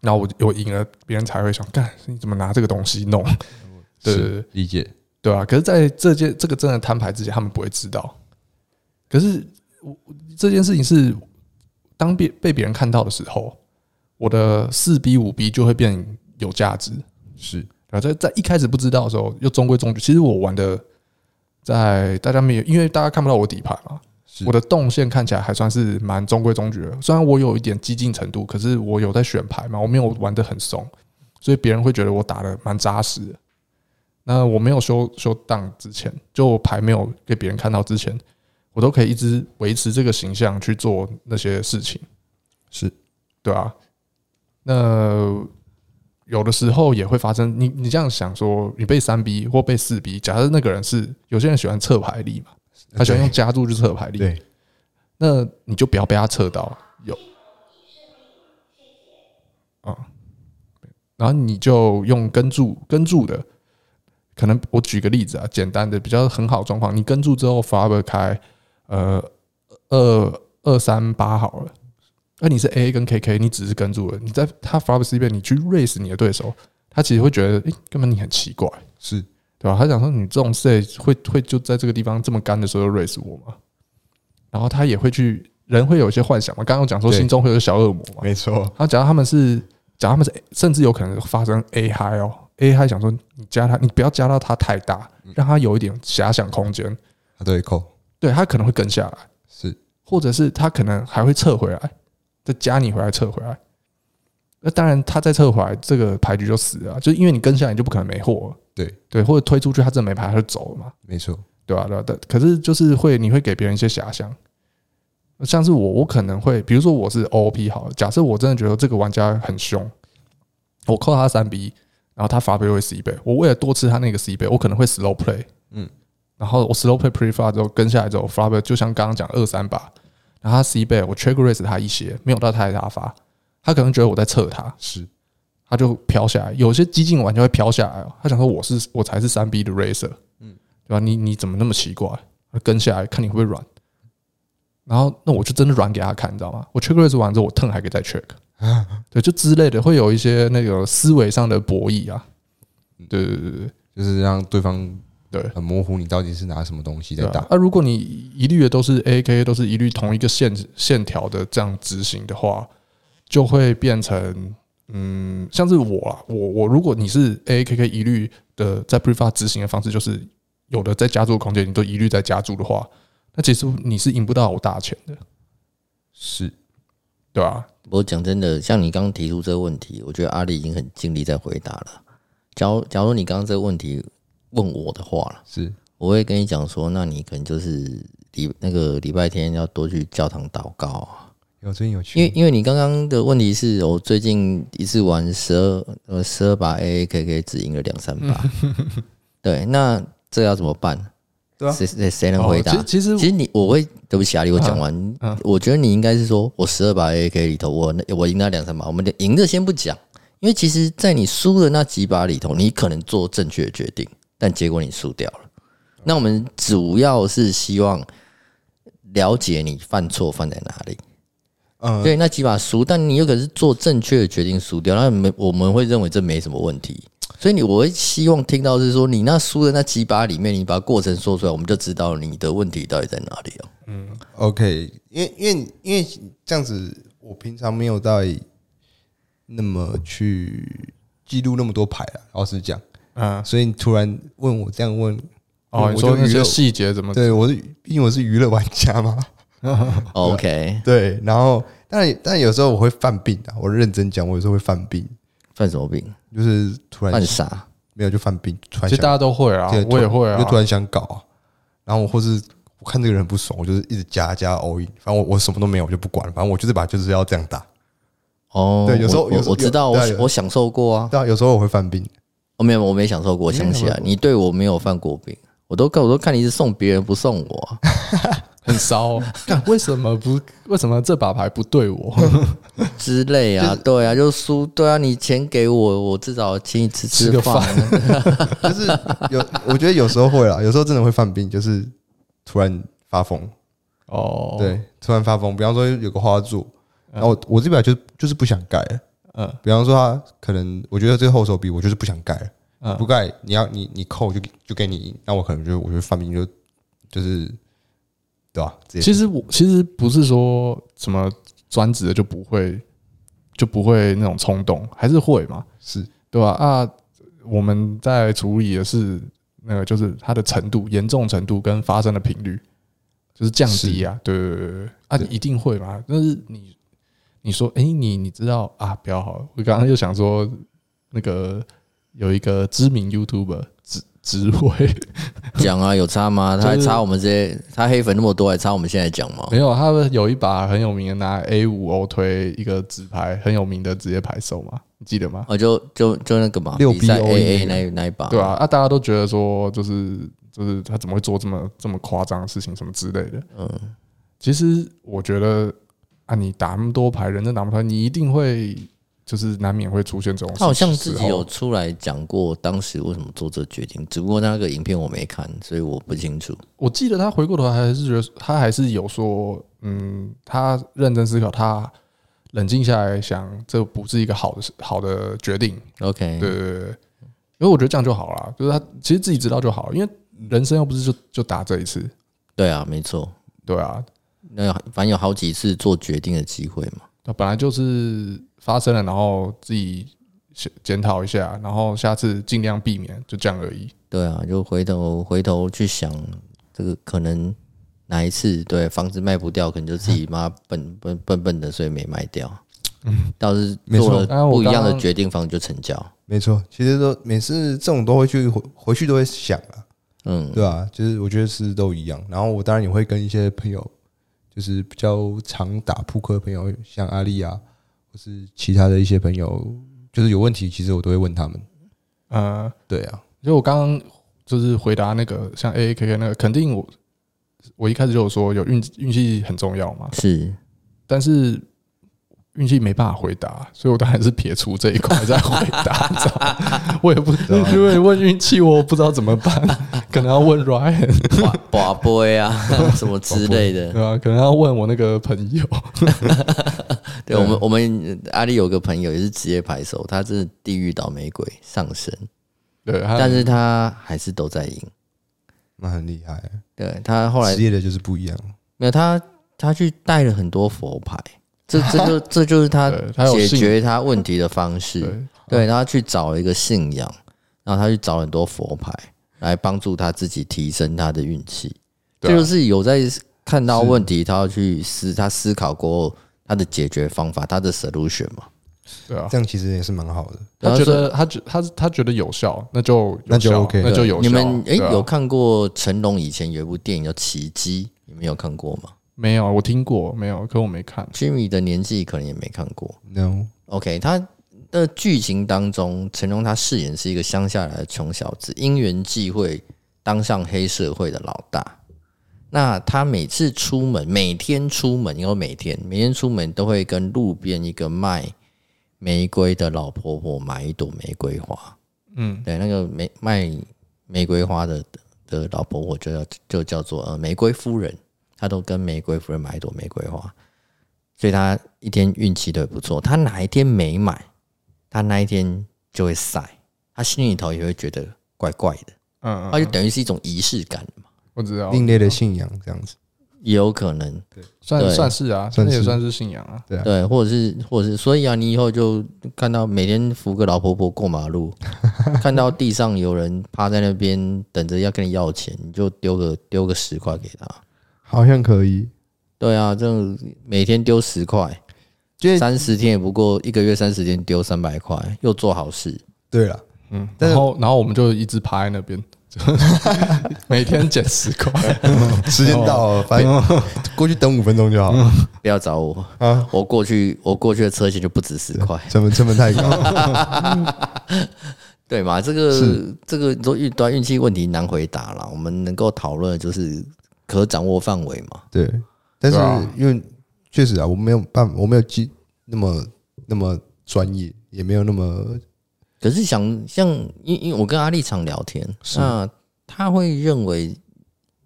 然后我我赢了，别人才会想，干你怎么拿这个东西弄，对对对是理解对啊，可是，在这件这个真的摊牌之前，他们不会知道。可是我这件事情是当别被别人看到的时候，我的四 B 五 B 就会变有价值，是然后在在一开始不知道的时候，又中规中矩。其实我玩的，在大家没有，因为大家看不到我底牌嘛，是我的动线看起来还算是蛮中规中矩的。虽然我有一点激进程度，可是我有在选牌嘛，我没有玩的很松，所以别人会觉得我打的蛮扎实的。那我没有修修档之前，就我牌没有给别人看到之前，我都可以一直维持这个形象去做那些事情。是对啊，那有的时候也会发生。你你这样想说，你被三 B 或被四 B，假设那个人是有些人喜欢侧牌力嘛，他喜欢用加注去侧牌力。对那你就不要被他测到有啊，然后你就用跟注跟注的，可能我举个例子啊，简单的比较很好的状况，你跟注之后 f a b e r 开呃二二三八好了，那你是 A 跟 KK，你只是跟注了，你在他 f a b e r C 边你去 raise 你的对手，他其实会觉得诶，根本你很奇怪。是对吧、他想说你这种 stage 会会就在这个地方这么干的时候 raise 我吗？然后他也会去，人会有一些幻想嘛。刚刚有讲说对心中会有小恶魔嘛。没错，然后假如他们是，假如他们是，甚至有可能发生 A high 哦，A high 想说你加他，你不要加到他太大，嗯让他有一点遐想空间。他啊对扣对他可能会跟下来，是或者是他可能还会撤回来，再加你回来撤回来。那当然，他再撤回来，这个牌局就死了啊，就是因为你跟下来，你就不可能没货了。对对，或者推出去，他真的没牌，他就走了嘛。没错，对啊？对啊，但可是就是会，你会给别人一些遐想，像是我，我可能会，比如说我是 OP 好了，假设我真的觉得这个玩家很凶，我扣他三 B，然后他发杯会 C 倍，我为了多吃他那个 C 倍，我可能会 slow play，嗯，然后我 slow play pre flop 之后跟下来之后 flop 就像刚刚讲二三把，然后他 C 倍我 check raise 他一些，没有到太大发，他可能觉得我在测他，是他就飘下来。有些激进玩家会飘下来哦，他想说我是我才是三 B 的 racer，嗯嗯，对吧？你你怎么那么奇怪？他跟下来看你会不会软，然后那我就真的软给他看，你知道吗？我 check raise 完之后，我 turn 还可以再 check，对，就之类的，会有一些那个思维上的博弈啊。对对对对就是让对方对很模糊，你到底是拿什么东西在对打啊！，啊，如果你一律的都是 A K，都是一律同一个线线条的这样执行的话，就会变成嗯，像是我啊，我我如果你是 A K K 一律的在 pre f a 执行的方式，就是有的在加注的空间，你都一律在加注的话，那其实你是赢不到我大钱的，是对啊吧、我讲真的，像你刚刚提出这个问题，我觉得阿力已经很尽力在回答了。假如假如你刚刚这个问题问我的话啦是我会跟你讲说，那你可能就是礼那个礼拜天要多去教堂祷告啊，有真有趣，因为因为你刚刚的问题是我最近一次玩十二呃十二把 A A K K 只赢了两三 把，对，那这要怎么办？对啊谁谁谁能哦回答？其实其其实实你我会对不起阿啊力，我讲完，嗯我觉得你应该是说，我十二把 AK 里头，我那我赢了两三把，我们的赢的先不讲，因为其实，在你输的那几把里头，你可能做正确的决定，但结果你输掉了。那我们主要是希望了解你犯错犯在哪里，嗯，对那几把输，但你有可能是做正确的决定输掉，那没我们会认为这没什么问题。所以你我会希望听到是说，你那输的那几把里面，你把过程说出来，我们就知道你的问题到底在哪里哦 了。 OK，因为因为因为这样子，我平常没有到那么去记录那么多牌啊，老实讲，嗯所以你突然问我这样问，哦，你我说就那娱些乐，细节怎么对我是毕竟我是娱乐玩家嘛，啊 OK，对，然后但但有时候我会犯病啊，我认真讲，我有时候会犯病，犯什么病？就是突然犯傻。没有就犯病，突然其实想大家都会啊对，我也会啊就，突然想搞啊、然后我或是我看这个人很不爽，我就是一直加加 all in，反正我我什么都没有，我就不管，反正我就是把就是要这样打。哦，对有时候我有我时候我知道，有对我有我享受过啊，对啊，有时候我会犯病，我没有，我没享受过，我你没想起来，享受过你对我没有犯过病，我都看我都看你是送别人不送我啊， 很骚。啊干为什么不？为什么这把牌不 对我？之类啊，对啊，就输，对啊，你钱给我，我至少请你吃吃个饭， 啊 就是有，我觉得有时候会啦，有时候真的会犯病，就是突然发疯，哦，，对，突然发疯。比方说有个花柱，然后我我这把就是就是不想盖了，嗯比方说他可能我觉得这个后手比我就是不想盖了，嗯不盖你要你你扣就就给你赢，那我可能就我就犯病就就是对吧、直接其实我其实不是说什么专职的就不会就不会那种冲动，还是会嘛，是对吧？啊，我们在处理的是那个就是它的程度、严重程度跟发生的频率，就是降低啊，对对对对对啊，对一定会嘛。但是你你说，哎、你你知道啊，不要好了，我刚刚又想说那个有一个知名 YouTuber 职职位。讲啊，有差 吗？他还就是差我们这些，他黑粉那么多，还差我们现在讲吗？没有，他们有一把很有名的拿 A 五 O 推一个直牌，很有名的职业牌手嘛，你记得吗？我哦就就就那个嘛，六比赛 BOE A A 那那一把，对啊，，啊，大家都觉得说，就是就是他怎么会做这么这么夸张的事情，什么之类的，嗯，其实我觉得啊，你打那么多牌，人真打不出来，你一定会就是难免会出现这种。他好像自己有，出来讲过当时为什么做这决定，只不过那个影片我没看，所以我不清楚。我记得他回过头还是觉得他还是有说，嗯，他认真思考，他冷静下来想，这不是一个好的好的决定。 OK，对对对对，因为我觉得这样就好了，就是他其实自己知道就好，因为人生又不是就就打这一次，对啊，没错，对啊，那反正有好几次做决定的机会嘛。那本来就是发生了，然后自己检检讨一下，然后下次尽量避免，就这样而已。对啊，就回头回头去想，这个可能哪一次对房子卖不掉，可能就自己妈笨笨笨笨的，所以没卖掉。嗯，倒是没错做了当然我不一样的刚刚决定，房子就成交。没错，其实都每次这种都会去回回去都会想啊，嗯，对啊，就是我觉得是都一样。然后我当然也会跟一些朋友，就是比较常打扑克的朋友，像阿丽啊，或是其他的一些朋友，就是有问题，其实我都会问他们。呃，对啊，就我刚刚就是回答那个像 A A K K 那个，肯定我我一开始就有说有运运气很重要嘛，是但是运气没办法回答，所以我当然是撇除这一块再回答。你知道吗我也不因为问运气，我不知道怎么办， 可能要问 Ryan，寡寡杯啊， 什么之类的。对吧、可能要问我那个朋友。对我们，我们阿丽有个朋友也是职业牌手，他真是地狱倒霉鬼上身，对，他但是他还是都在赢。那很厉害，对他后来哦职业的就是不一样。没有他，他去带了很多佛牌，这这就这就是他 对他有解信决他问题的方式。对对，然后他去找了一个信仰，然后他去找很多佛牌来帮助他自己提升他的运气。对啊这就是有在看到问题，他要去思，他思考过后他的解决方法，他的 solution 嘛。对啊，这样其实也是蛮好的。然他后觉说得他觉他他觉得有效，那就有那就效 OK，那就对有效。你们诶对啊有看过成龙以前有一部电影叫《奇迹》，你们有看过吗没有？我听过没有？可我没看。 ？Jimmy 的年纪可能也没看过。 No， OK，他的剧情当中，成龙他饰演是一个乡下来的穷小子，因缘际会当上黑社会的老大。那他每次出门，每天出门，因为每天每天出门都会跟路边一个卖玫瑰的老婆婆买一朵玫瑰花。嗯，对，那个玫卖玫瑰花的的老婆婆就叫就叫做呃玫瑰夫人，她都跟玫瑰夫人买一朵玫瑰花，所以她一天运气都不错。她哪一天没买，她那一天就会晒，她心里头也会觉得怪怪的，嗯，她就嗯等于是一种仪式感嘛，我知哦道，啊另类的信仰这样子。也有可能算对算是啊，算那也是算是信仰啊。对啊，对，或者是或者是，所以啊，你以后就看到每天扶个老婆婆过马 路，看到地上有人趴在那边等着要跟你要钱，你就丢个丢个十块给他。好像可以。对啊，这种每天丢十块，就是三十天也不过一个月三十天丢三百块，又做好事。对了，嗯，但然是后然后我们就一直趴在那边， 每天减十块。时间到了，反正哦过去等五分钟就好。不要找我啊我过去我过去的车钱就不止十块，成本成本太高，对嘛？这个这个你说运啊端运气问题难回答啦，我们能够讨论的就是可掌握范围嘛。对，但是对啊因为确实啊，我没有办法，我没有记那么那么专业，也没有那么可是想像，因因为我跟阿丽常聊天，那他会认为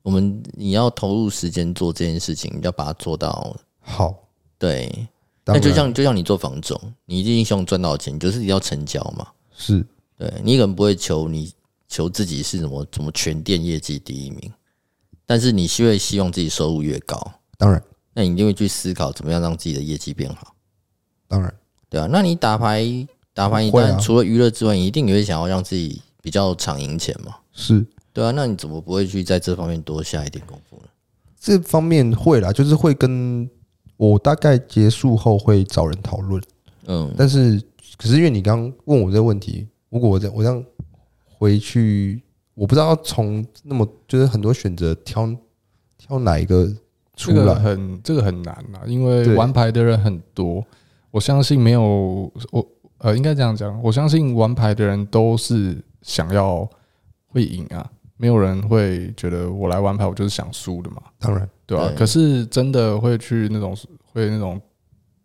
我们你要投入时间做这件事情，你要把它做到好。对。当那就然像就像你做房仲，你一定希望赚到钱，你就是要成交嘛。是对你可能不会求你求自己是什么什么全店业绩第一名，但是你希会希望自己收入越高，当然那你一定会去思考怎么样让自己的业绩变好，当然对啊，那你打牌打牌，你当会啊然除了娱乐之外，你一定也会想要让自己比较常赢钱嘛。是对啊，那你怎么不会去在这方面多下一点功夫呢？这方面会啦，就是会跟我大概结束后会找人讨论，嗯，但是可是因为你刚刚问我这个问题，如果我这我这样回去，我不知道要从那么就是很多选择挑挑哪一个出这来，个很这个很难啊，因为对玩牌的人很多，我相信没有我呃，应该这样讲，我相信玩牌的人都是想要会赢啊，没有人会觉得我来玩牌我就是想输的嘛。当然对吧、对可是真的会去那种会那种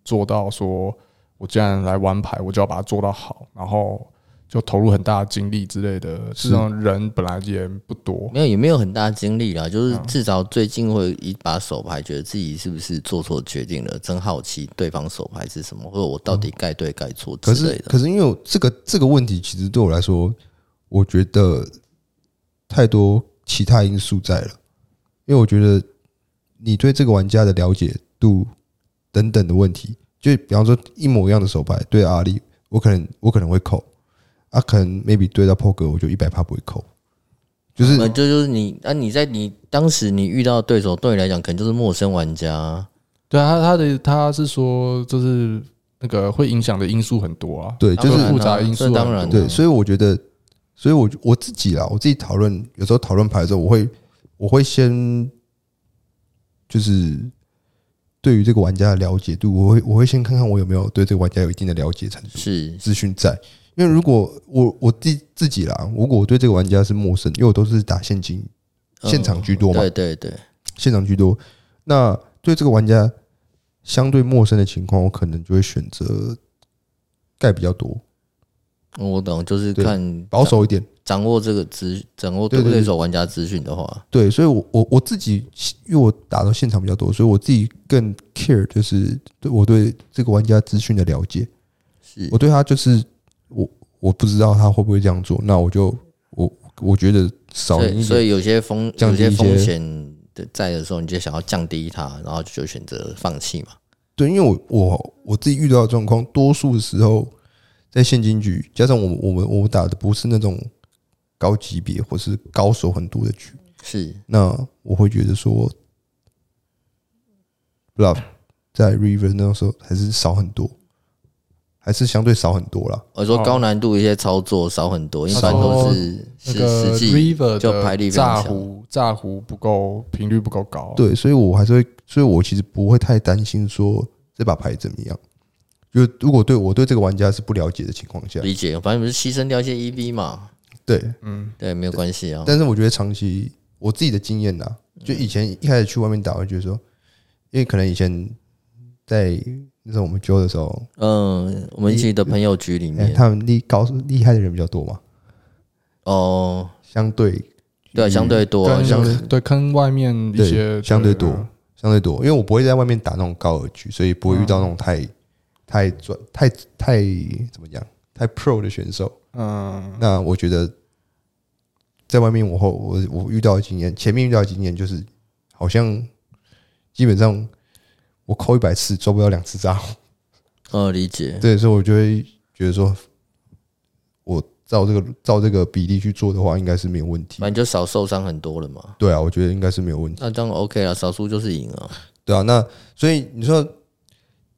做到说，我既然来玩牌，我就要把它做到好，然后就投入很大的精力之类的。这种人本来也不多，没有也没有很大精力啦，就是嗯至少最近会有一把手牌，觉得自己是不是做错决定了，真好奇对方手牌是什么，或者我到底该对该错之嗯可类是的。可是因为我这个这个问题，其实对我来说，我觉得太多其他因素在了，因为我觉得你对这个玩家的了解度等等的问题，就比方说一模一样的手牌对阿力，我可能我可能会扣，啊，可能 maybe 对到 poker 我就一百趴不会扣，就是呃，这就是你，那、你在你当时你遇到的对手，对你来讲可能就是陌生玩家啊，对啊，他他的他是说就是那个会影响的因素很多啊，对，就当是然啊复杂因素这啊当然啊对，所以我觉得，所以我我自己啦，我自己讨论，有时候讨论牌的时候，我会我会先就是对于这个玩家的了解度，我会我会先看看我有没有对这个玩家有一定的了解程度、是资讯在。因为如果我我自自己啦，如果我对这个玩家是陌生，因为我都是打现金，嗯现场居多嘛对对对，现场居多，那对这个玩家相对陌生的情况，我可能就会选择盖比较多，我懂，就是对看保守一点。掌握这个资，掌握对对对对对手玩家资讯的话，对，所以我，我我自己，因为我打到现场比较多，所以我自己更 care 就是对我对这个玩家资讯的了解。是我对他就是我我不知道他会不会这样做，那我就我我觉得少所赢以一所点，以有些风降有低一些些风险的在的时候，你就想要降低它，然后就选择放弃嘛。对，因为我我我自己遇到的状况，多数时候在现金局，加上我们我们我们打的不是那种高级别或是高手很多的局，是那我会觉得说，Love 在 River 那时候还是少很多，还是相对少很多啦。我说哦高难度一些操作少很多，一般都是那实个实际 river 就排的力非常炸强胡炸胡不够频率不够高，对，所以我还是会，所以我其实不会太担心说这把牌怎么样。就如果对我对这个玩家是不了解的情况下，理解，反正不是牺牲掉一些 EV 嘛，对，嗯，对，没有关系啊。但是我觉得长期我自己的经验呐，就以前一开始去外面打，我会觉得说，因为可能以前在那时候我们揪的时候，嗯，我们一起的朋友局里哎，面，他们厉高厉害的人比较多嘛，哦，相对对，相对多啊，跟相对对坑外面一对些相对多啊相对多，因为我不会在外面打那种高尔局，所以不会遇到那种太、太专、太太怎么讲、太 pro 的选手。嗯，那我觉得，在外面我后我我遇到的经验，前面遇到的经验就是，好像基本上我扣一百次抓不到两次渣，呃理解，对，所以我就会觉得说，我照这个照这个比例去做的话，应该是没有问题反。正就少受伤很多了嘛。对啊，我觉得应该是没有问题。那这样 OK 啊，少输就是赢啊。对啊，那所以你说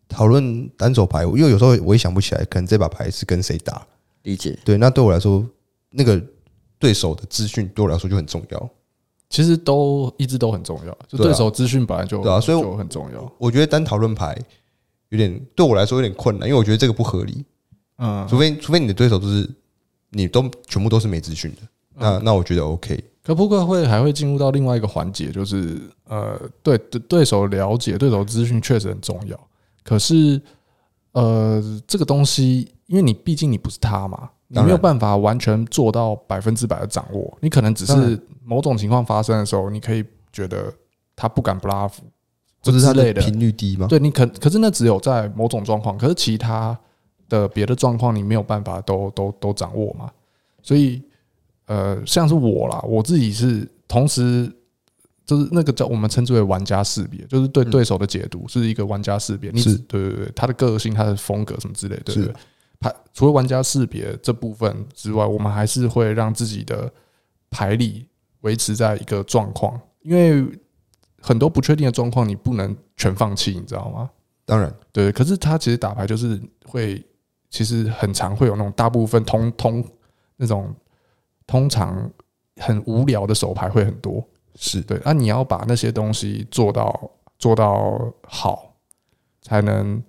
讨论单手牌，因为有时候我也想不起来，可能这把牌是跟谁打。理解，对，那对我来说，那个对手的资讯对我来说就很重要。其实都一直都很重要，就对啊对手资讯本来就对啊所以我就很重要，我觉得单讨论牌有点对我来说有点困难，因为我觉得这个不合理。嗯，除非除非你的对手就是你都全部都是没资讯的，嗯那那我觉得 OK。可扑克会还会进入到另外一个环节，就是呃，对对对手了解，对手资讯确实很重要。可是呃，这个东西，因为你毕竟你不是他嘛，你当然没有办法完全做到百分之百的掌握。你可能只当是然某种情况发生的时候，你可以觉得他不敢不拉夫，或者是之它类的的。频率低吗？对你可可是那只有在某种状况，可是其他的别的状况你没有办法都都都掌握嘛。所以呃，像是我啦，我自己是同时就是那个叫我们称之为玩家识别，就是对嗯对手的解读是一个玩家识别，你是只对对对，他的个性、他的风格什么之类，对是对对。牌除了玩家识别这部分之外，我们还是会让自己的牌理维持在一个状况，因为很多不确定的状况，你不能全放弃，你知道吗？当然，对，可是他其实打牌就是会，其实很常会有那种大部分通通那种通常很无聊的手牌会很多。是对，那、你要把那些东西做到做到好，才能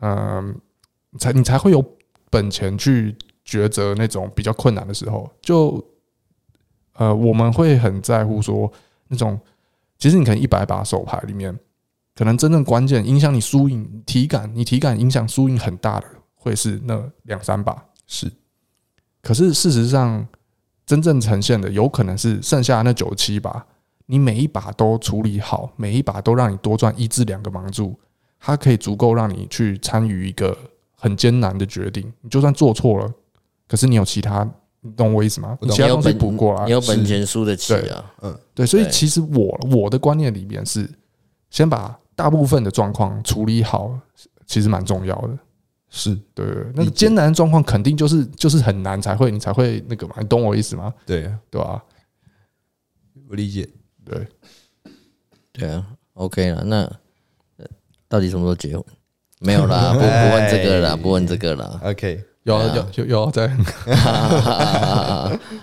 嗯、才你才会有本钱去抉择那种比较困难的时候。就呃，我们会很在乎说那种其实你可能一百把手牌里面，可能真正关键影响你输赢体感，你体感影响输赢很大的会是那两三把。是可是事实上，真正呈现的有可能是剩下那九七把，你每一把都处理好，每一把都让你多赚一至两个盲注，它可以足够让你去参与一个很艰难的决定。你就算做错了，可是你有其他，你懂我意思吗？我你懂其你他有东西本补过啊来，你有本钱输得起啊。对，所以对其实我我的观念里面是，先把大部分的状况处理好，其实蛮重要的。是，对对，对那个艰难的状况肯定就是就是很难才会你才会那个嘛，你懂我意思吗？对啊对吧、我理解。对，对啊，OK 了。那呃到底什么时候结婚？没有啦，不不问这个啦，哎不问这个 啦。 OK，有对啊有有有在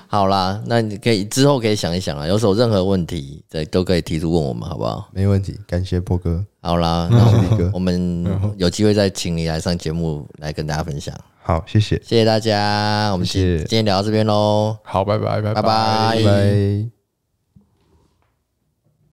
好啦，那你可以之后可以想一想啊，有时候任何问题对都可以提出问我们，好不好？没问题，感谢波哥，好啦，谢那谢力哥。我们有机会再请你来上节目来跟大家分享。好，谢谢，谢谢大家，我们今谢谢今天聊到这边喽，好，拜拜拜拜拜拜拜。